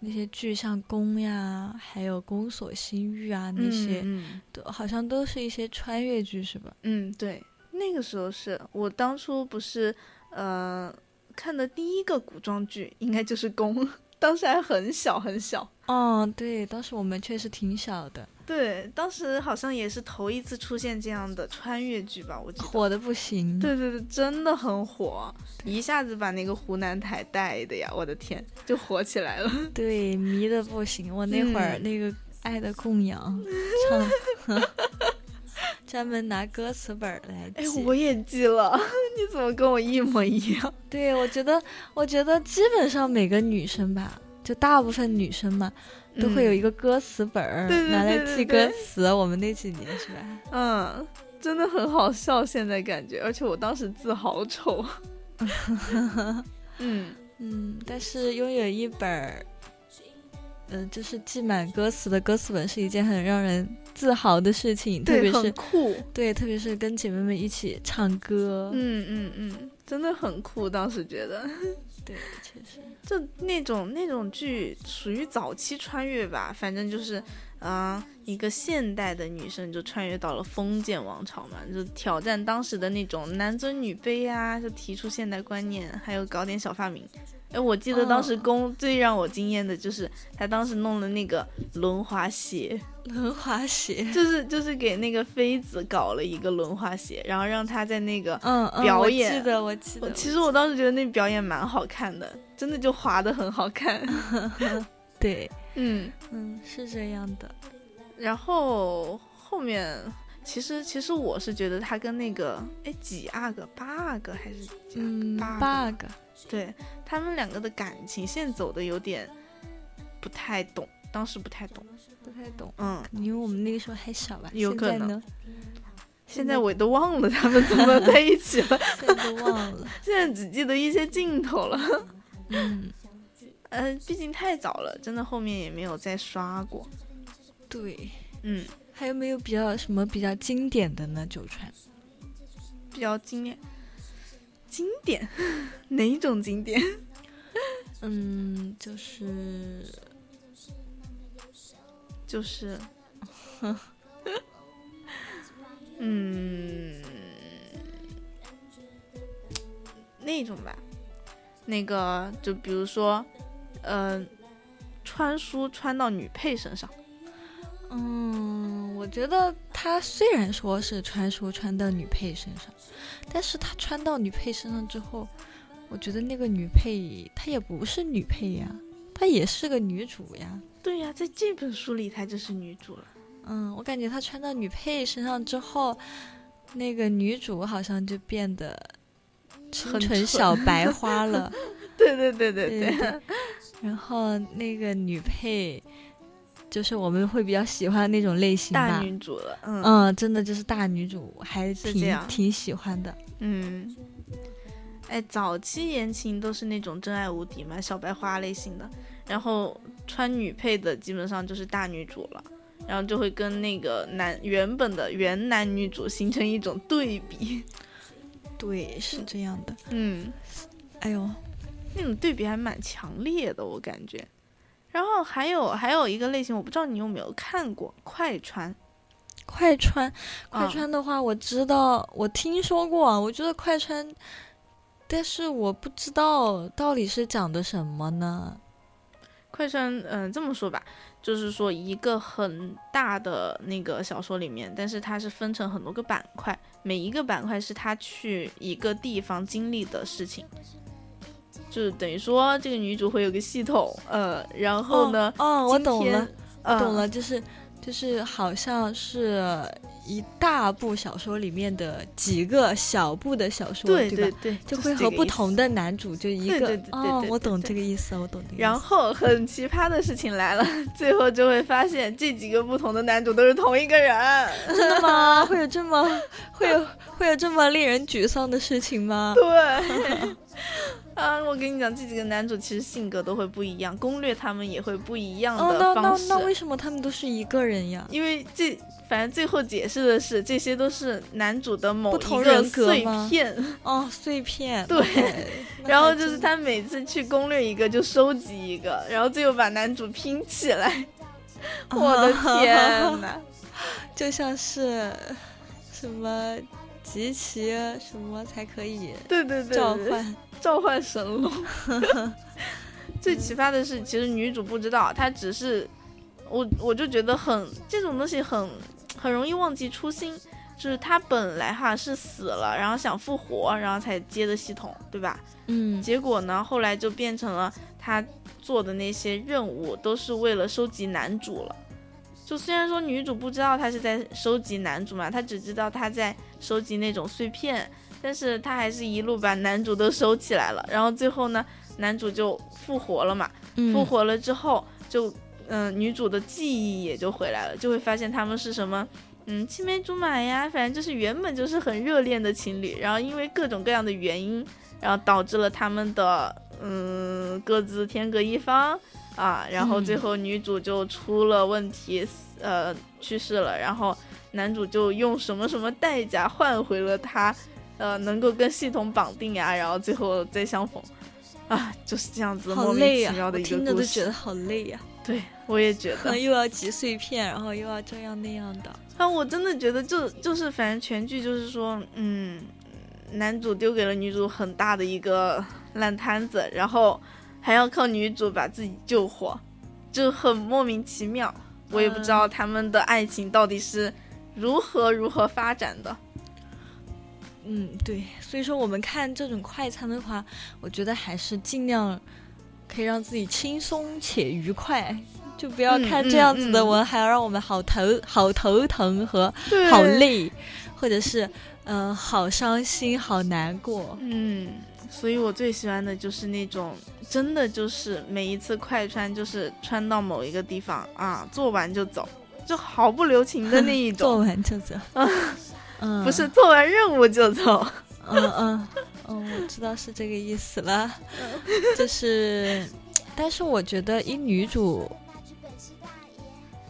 那些剧，像《宫》呀，还有《宫锁心玉》啊，那些、嗯都好像都是一些穿越剧，是吧？嗯，对，那个时候是我当初不是呃看的第一个古装剧，应该就是《宫》， 当时还很小很小。哦，对，当时我们确实挺小的，对，当时好像也是头一次出现这样的穿越剧吧，我记得。火的不行。对对对，真的很火，一下子把那个湖南台带的呀，我的天，就火起来了。对，迷的不行。我那会儿嗯那个《爱的供养》唱， 专门拿歌词本儿来 哎记。，我也记了， 你怎么跟我一模一样？对我觉得，我觉得基本上每个女生吧，就大部分女生嘛，都会有一个歌词本儿、嗯对对拿来对对记对歌词。我们那几年是吧？嗯，真的很好笑，现在感觉，而且我当时字好 丑。嗯，嗯，但是拥有一本儿，呃，就是记满歌词的歌词本是一件很让人自豪的事情，特对，别很是酷。对，特别是跟姐妹们一起唱歌。嗯嗯嗯，真的很酷，当时觉得，对，确实。就那种那种剧属于早期穿越吧，反正就是，嗯、一个现代的女生就穿越到了封建王朝嘛，就挑战当时的那种男尊女卑啊，就提出现代观念，还有搞点小发明。哎，我记得当时哦宫最让我惊艳的就是他当时弄了那个轮滑鞋， 轮滑鞋。就是就是给那个妃子搞了一个轮滑鞋，然后让她在那个嗯，嗯表我演记得，我记我得。其实我当时觉得那表演蛮好看的，真的就滑的很好看。 对，嗯，嗯，是这样的。然后后面其实其实我是觉得他跟那个哎几阿哥八阿哥还是几阿哥、嗯八阿哥，bug。对他们两个的感情线走的有点不太懂，当时不太懂。不太懂，嗯，因为我们那个时候还小吧。有现可在能呢，现在我都忘了他们怎 么在一起了，现在都忘了。现在只记得一些镜头了。 嗯，嗯，毕竟太早了，真的后面也没有再刷过。对。嗯，还有没有比较什么比较经典的呢？九川比较经典，经典 哪一种经典？嗯，就是 就是，嗯，那种吧，那个就比如说，呃，穿书穿到女配身上，嗯，我觉得他虽然说是穿书穿到女配身上，但是他穿到女配身上之后，我觉得那个女配她也不是女配呀，她也是个女主呀。对呀、在这本书里她就是女主了。嗯，我感觉她穿到女配身上之后，那个女主好像就变得清很纯蠢小 白花了。对对对对对对然后那个女配，就是我们会比较喜欢那种类型吧。大女主了，嗯嗯，真的就是大女主，还是挺这样挺喜欢的。嗯，哎，早期言情都是那种真爱无敌嘛，小白花类型的，然后穿女配的基本上就是大女主了，然后就会跟那个男原本的原男女主形成一种对比， 对，是这样的。嗯，哎呦，那种对比还蛮强烈的，我感觉。然后还有还有一个类型，我不知道你有没有看过快穿，快穿，快嗯穿的话，我知道，我听说过，我觉得快穿，但是我不知道到底是讲的什么呢？快穿，嗯、这么说吧，就是说一个很大的那个小说里面，但是它是分成很多个板块，每一个板块是他去一个地方经历的事情，就是等于说这个女主会有个系统，呃，然后呢，哦，哦我今懂天了，我哦懂呃了，就是就是好像是一大部小说里面的几个小部的小说，对吧？对，就是会这和个不意思同的男主就一对个对对对哦对，我对懂对这个意思，我懂这个意思。然后很奇葩的事情来了， 最后就会发现这几个不同的男主都是同一个人。真的 吗？会有这么会有会有这么令人沮丧的事情吗？对， 啊，我跟你讲，这几个男主其实性格都会不一样，攻略他们也会不一样哦，的那方那式。那为什么他们都是一个人 呀？因为这反正最后解释的是，这些都是男主的某不一同个人格碎吗片，哦，碎片。对哎，那 然后还就是真他每次去攻略一个就收集一个，然后最后把男主拼起来。 我的 天呐！就像是什么集齐什么才可以对对对，召对唤召唤神龙。 最奇葩的是，其实女主不知道，她只是我，我就觉得很这种东西很很容易忘记初心，就是她本来哈是死了，然后想复活，然后才接的系统，对吧？嗯结果呢，后来就变成了她做的那些任务都是为了收集男主了。就虽然说女主不知道她是在收集男主嘛，她只知道她在收集那种碎片，但是她还是一路把男主都收起来了。然后最后呢，男主就复活了嘛，嗯复活了之后就，嗯、女主的记忆也就回来了，就会发现他们是什么，嗯，青梅竹马呀，反正就是原本就是很热恋的情侣，然后因为各种各样的原因，然后导致了他们的，嗯，各自天各一方啊，然后最嗯后女主就出了问题，死呃，去世了，然后男主就用什么什么代价换回了他。呃，能够跟系统绑定呀、然后最后再相逢，啊，就是这样子好莫名累其呀、妙的我一个听故事。着都觉得好累 呀、对，我也觉可得能。又要集碎片，然后又要这样那样的。啊，我真的觉得就就是，反正全剧就是说，嗯，男主丢给了女主很大的一个烂摊子，然后还要靠女主把自己救活，就很莫名其妙。我也不知嗯道他们的爱情到底是如何如何发展的。嗯，对，所以说我们看这种快餐的话，我觉得还是尽量可以让自己轻松且愉快，就不要嗯看嗯这样子的嗯文，还要让我们好头好头疼和对好累，或者是嗯、呃好伤心、好难过。嗯，所以我最喜欢的就是那种真的就是每一次快穿就是穿到某一个地方啊，做完就走，就毫不留情的那一 做种，完就走，嗯，不是做完任务就走。嗯嗯嗯，我知道是这个意思了，嗯就是，但是我觉得以女主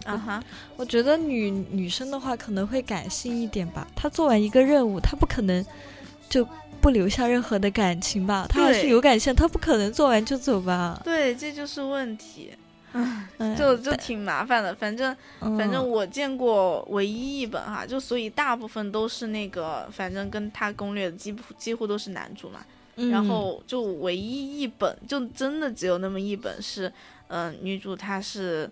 啊哈，我觉得女女生的话可能会感性一点吧。她做完一个任务，她不可能就不留下任何的感情吧？她还是对有感情，她不可能做完就走吧？对，这就是问题，哎就就挺麻烦的。反正嗯反正我见过唯一一本哈，就所以大部分都是那个，反正跟他攻略的几乎几乎都是男主嘛。嗯然后就唯一一本，就真的只有那么一本是，嗯、女主她是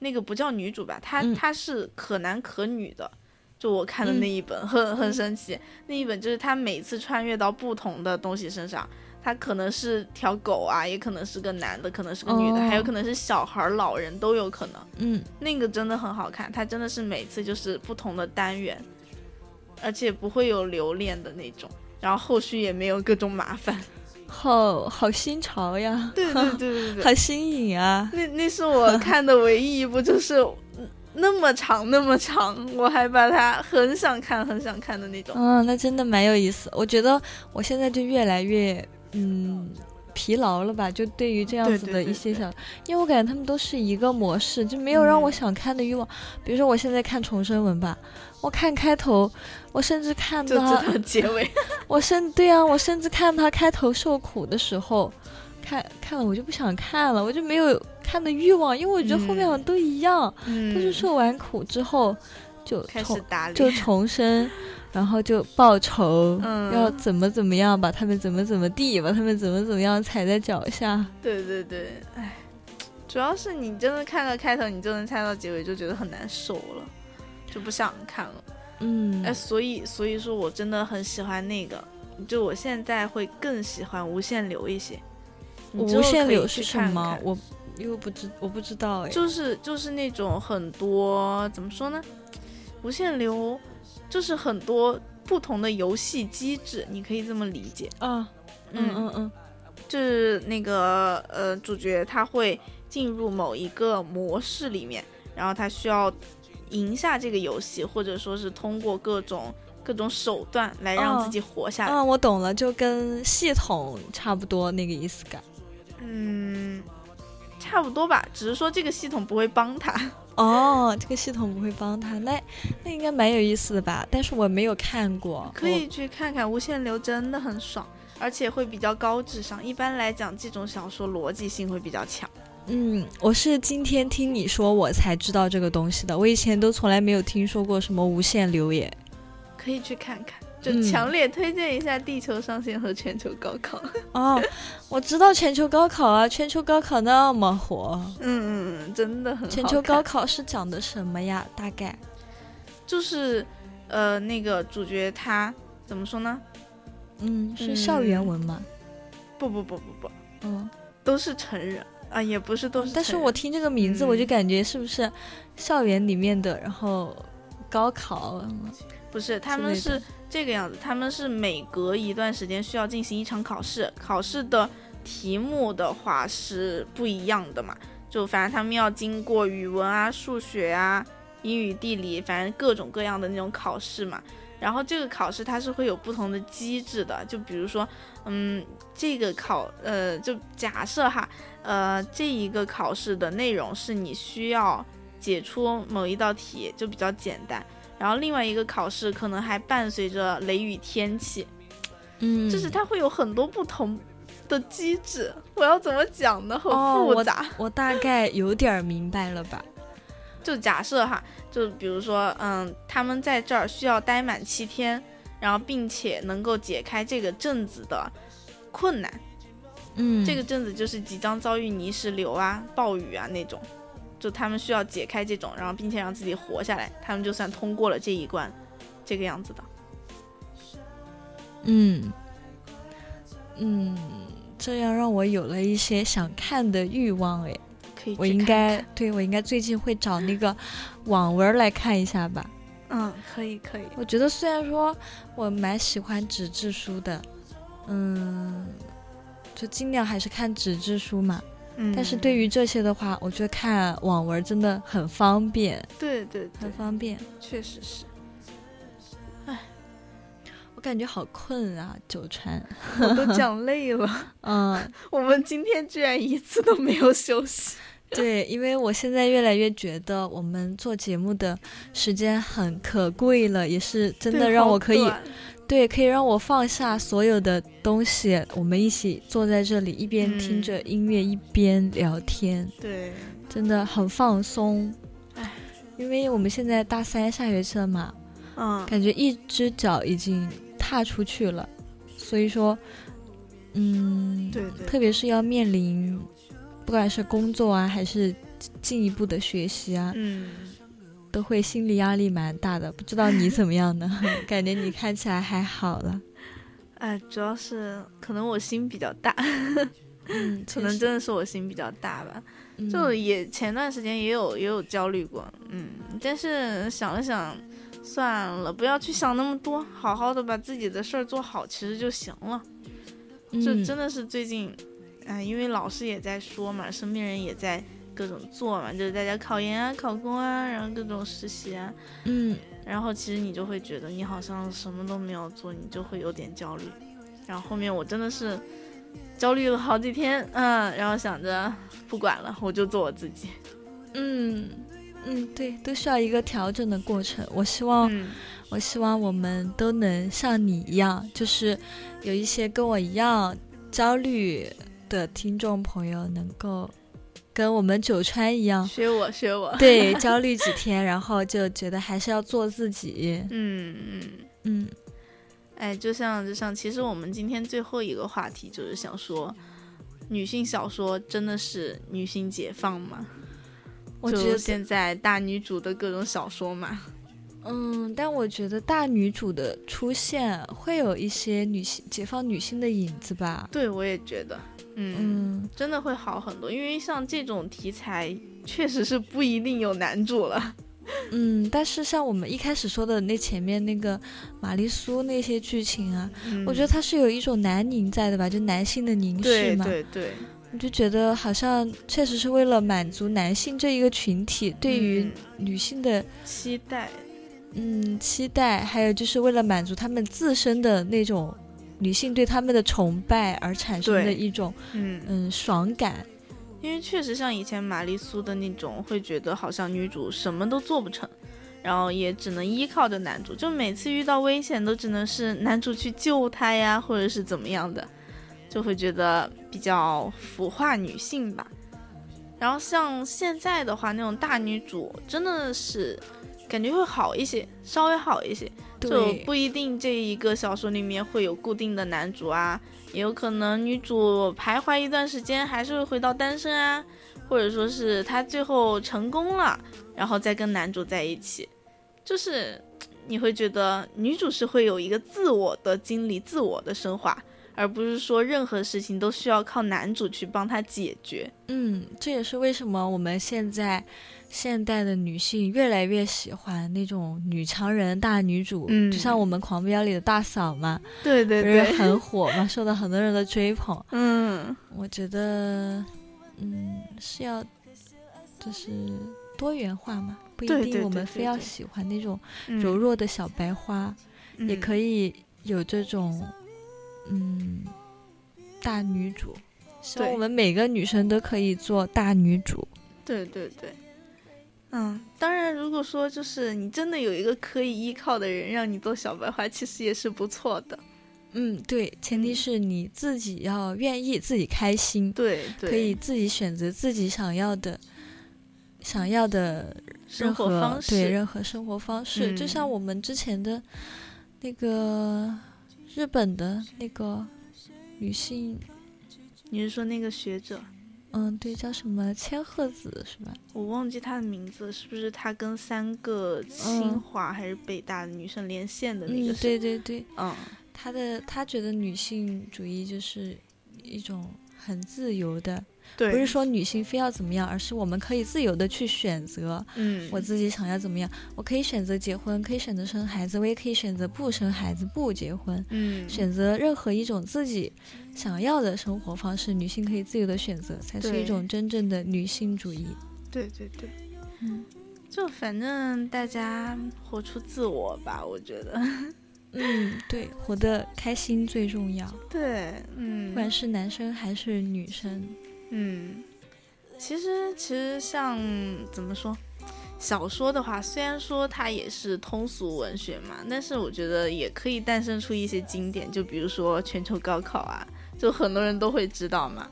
那个不叫女主吧，她、嗯她是可男可女的，就我看的嗯那一本、很很神奇，那一本就是她每次穿越到不同的东西身上。她可能是条狗啊，也可能是个男的，可能是个女的，哦还有可能是小孩儿、老人都有可能。嗯那个真的很好看，它真的是每次就是不同的单元，而且不会有留恋的那种，然后后续也没有各种麻烦。好好新潮呀，对对对对对，好新颖啊！那那是我看的唯一一部，就是嗯那么长那么长，我还把它很想看很想看的那种。嗯，那真的蛮有意思。我觉得我现在就越来越嗯疲劳了吧，就对于这样对子对的对一些对想，因为我感觉他们都是一个模式，就没有让我嗯想看的欲望。比如说我现在看重生文吧，我看开头，我甚至看就知他，道结 尾，我甚对啊，我甚至看他开头受苦的时候。看看了我就不想看了，我就没有看的欲望，因为我觉得后面好像都一样，嗯他就受完苦之后就开重始打脸，就重生，然后就报仇，嗯要怎么怎么样，把他们怎么怎么地，把他们怎么怎么样踩在脚下。对对对，哎，主要是你真的看了开头，你就能猜到结尾，就觉得很难受了，就不想看了。嗯，哎，所以所以说我真的很喜欢那个，就我现在会更喜欢无限流一些。你之无后限可以流去是什看么看？我又不知我不知道哎。就是就是那种很多怎么说呢，无限流就是很多不同的游戏机制，你可以这么理解。啊，嗯嗯嗯，就是那个呃主角他会进入某一个模式里面，然后他需要赢下这个游戏，或者说是通过各种各种手段来让哦自己活下来。啊，我懂了，就跟系统差不多那个意思感。嗯，差不多吧，只是说这个系统不会帮他。哦，这个系统不会帮他，那那应该蛮有意思的吧？但是我没有看过，可以去看看《无限流》，真的很爽，而且会比较高智商。一般来讲，这种小说逻辑性会比较强。嗯，我是今天听你说我才知道这个东西的，我以前都从来没有听说过什么无限流耶。可以去看看，就嗯强烈推荐一下《地球上线》和《全球高考》 哦，我知道全球高考啊，全球高考那么火，嗯。嗯嗯，真的很好看。全球高考是讲的什么呀？大概就是，呃，那个主角他怎么说呢？嗯是校园文吗？不不不不不，嗯，都是成人啊，也不是都是成人。但是我听这个名字，嗯我就感觉是不是校园里面的，然后高考不是，他之们类的是这个样子，他们是每隔一段时间需要进行一场考试，考试的题目的话是不一样的嘛，就反正他们要经过语文啊、数学啊、英语、地理，反正各种各样的那种考试嘛。然后这个考试它是会有不同的机制的，就比如说，嗯，这个考，呃，就假设哈，呃，这一个考试的内容是你需要解出某一道题，就比较简单。然后另外一个考试可能还伴随着雷雨天气，嗯就是它会有很多不同的机制。我要怎么讲呢？很哦，复杂。我我大概有点儿明白了吧？就假设哈，就比如说，嗯，他们在这儿需要待满七天，然后并且能够解开这个镇子的困难。嗯，这个镇子就是即将遭遇泥石流啊、暴雨啊那种，就他们需要解开这种，然后并且让自己活下来，他们就算通过了这一关，这个样子的。嗯，嗯，这样让我有了一些想看的欲望哎，可以去看看，我应该对我应该最近会找那个网文儿来看一下吧。嗯，可以可以。我觉得虽然说我蛮喜欢纸质书的，嗯，就尽量还是看纸质书嘛。嗯但是对于这些的话，我觉得看网文儿真的很方便，对对很对，方便。确实是。我感觉好困啊，九川。我都讲累了， 嗯，我们今天居然一次都没有休息。对，因为我现在越来越觉得我们做节目的时间很可贵了，也是 真的对让好我可以短对可以让我放下所有的东西，我们一起坐在这里，一边听嗯着音乐、一边聊天，对，真的很放松唉。因为我们现在大三下学期了嘛，嗯，感觉一只脚已经踏出去了，所以说，嗯，对对特别是要面临，不管是工作啊，还是进一步的学习啊，嗯，都会心理压力蛮大的。不知道你怎么样呢？ 感觉你看起来还好了。哎，主要是可能我心比较 大，嗯，可能真的是我心比较大吧。就也前段时间也有也有焦虑过，嗯，但是想了想，算了，不要去想那么多，好好的把自己的事儿做好，其实就行了。就真的的是最近，哎、因为老师也在说嘛，身边人也在各种做嘛，就是大家考研啊、考公啊，然后各种实习啊，嗯，然后其实你就会觉得你好像什么都没有做，你就会有点焦虑。然后后面我真的是焦虑了好几天，嗯，然后想着不管了，我就做我自己。嗯嗯，对，都需要一个调整的过程。我希望、嗯，我希望我们都能像你一样，就是有一些跟我一样焦虑的听众朋友，能够跟我们九川一 样，学我学我。对，焦虑几天，然后就觉得还是要做自己。嗯嗯，嗯哎，就像就像，其实我们今天最后一个话题就是想说，女性小说真的是女性解放吗？我就觉得，现在大女主的各种小说嘛，嗯，但我觉得大女主的出现会有一些女性解放女性的影子吧。对我也觉得，嗯，嗯，真的会好很多，因为像这种题材确实是不一定有男主了，嗯，但是像我们一开始说的那前面那个玛丽苏那些剧情啊，我觉得它是有一种男凝在的吧，就男性的凝嗯视对嘛。对对，我就觉得好像确实是为了满足男性这一个群体对于嗯女性的期待，嗯期待，还有就是为了满足他们自身的那种女性对他们的崇拜而产生的对一种嗯，嗯爽感。因为确实像以前玛丽苏的那种，会觉得好像女主什么都做不成，然后也只能依靠着男主，就每次遇到危险都只能是男主去救她呀，或者是怎么样的，就会觉得比较腐化女性吧。然后像现在的话，那种大女主真的是感觉会好一些，稍微好一些，就对，不一定这一个小说里面会有固定的男主啊，也有可能女主徘徊一段时间还是会回到单身啊，或者说是她最后成功了，然后再跟男主在一起，就是嘖你会觉得女主是会有一个自我的经历、自我的升华，而不是说任何事情都需要靠男主去帮她解决。嗯，这也是为什么我们现在现代的女性越来越喜欢那种女强人大女主，嗯就像我们《狂飙》里的大嫂嘛，对对不是，很火嘛，受到很多人的追捧。 嗯，我觉得，嗯，是要就是多元化嘛，不一对对定我对们对非要对嗯喜欢那种柔弱的小白花，也以。可以有这种，嗯，大女主。希望对我们每个女生都可以做大女主。对对对，嗯，当然，如果说就是你真的有一个可以依靠的人，让你做小白花，其实也是不错的。嗯，对，前提嗯是你自己要愿意，自己开心，对对，可以自己选择自己想要的、想要的生活任何方对式，任何生活方式，就像嗯我们之前的那个日本的那个女性，你是说那个学者，嗯，对，叫什么千鹤子是吧？我忘记他的名字，是不是他跟三个清嗯华还是北大的女生连线的那嗯个，是？对对对，嗯，她的她觉得女性主义就是一种很自由的，对，不是说女性非要怎么样，而是我们可以自由的去选择嗯，我自己想要怎么样，我可以选择结婚，可以选择生孩子，我也可以选择不生孩子不结婚，嗯选择任何一种自己想要的生活方式，女性可以自由的选择，才是对一种真正的女性主义。对对对，嗯就反正大家活出自我吧，我觉得， 嗯，对，活得开心最重要，对，嗯，不管是男生还是女生。嗯，其实其实像怎么说，小说的话，虽然说它也是通俗文学嘛，但是我觉得也可以诞生出一些经典，就比如说全球高考啊，就很多人都会知道嘛。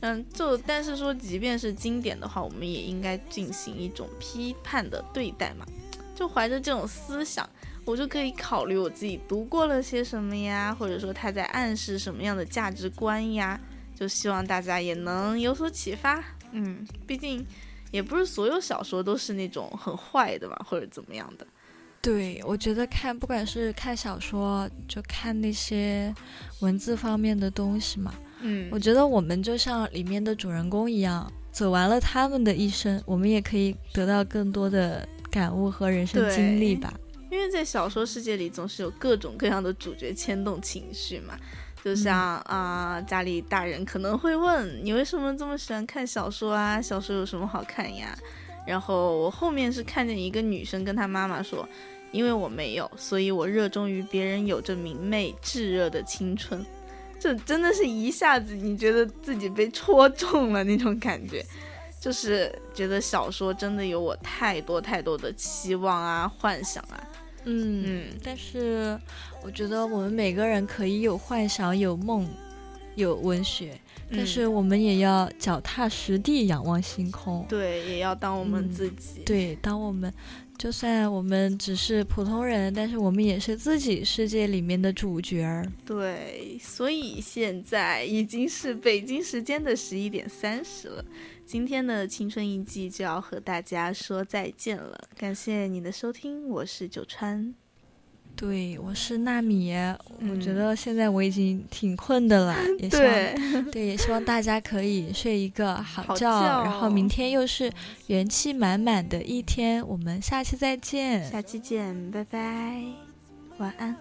嗯，就但是说，即便是经典的话，我们也应该进行一种批判的对待嘛。就怀着这种思想，我就可以考虑我自己读过了些什么呀，或者说他在暗示什么样的价值观呀。就希望大家也能有所启发。嗯，毕竟也不是所有小说都是那种很坏的嘛，或者怎么样的。对，我觉得看不管是看小说，就看那些文字方面的东西嘛，嗯我觉得我们就像里面的主人公一样，走完了他们的一生，我们也可以得到更多的感悟和人生经历对吧。因为在小说世界里，总是有各种各样的主角牵动情绪嘛。就像啊、家里大人可能会问你为什么这么喜欢看小说啊？小说有什么好看呀？然后我后面是看见一个女生跟她妈妈说，因为我没有，所以我热衷于别人有着明媚炙热的青春。这真的是一下子你觉得自己被戳中了那种感觉。就是觉得小说真的有我太多太多的期望啊、幻想啊，嗯嗯，但是我觉得我们每个人可以有幻想、有梦、有文学，但嗯是我们也要脚踏实地仰望星空。对，也要当我们嗯自己。对，当我们就算我们只是普通人，但是我们也是自己世界里面的主角儿。对，所以现在已经是北京时间的十一点三十了，今天的青春印记就要和大家说再见了。感谢你的收听，我是九川。对，我是纳米，我觉嗯得现在我已经挺困的了，也希望对，对，也希望大家可以睡一个好好觉，然后明觉天又是元气满满的一天，我们下期再见，下期见，拜拜，晚安。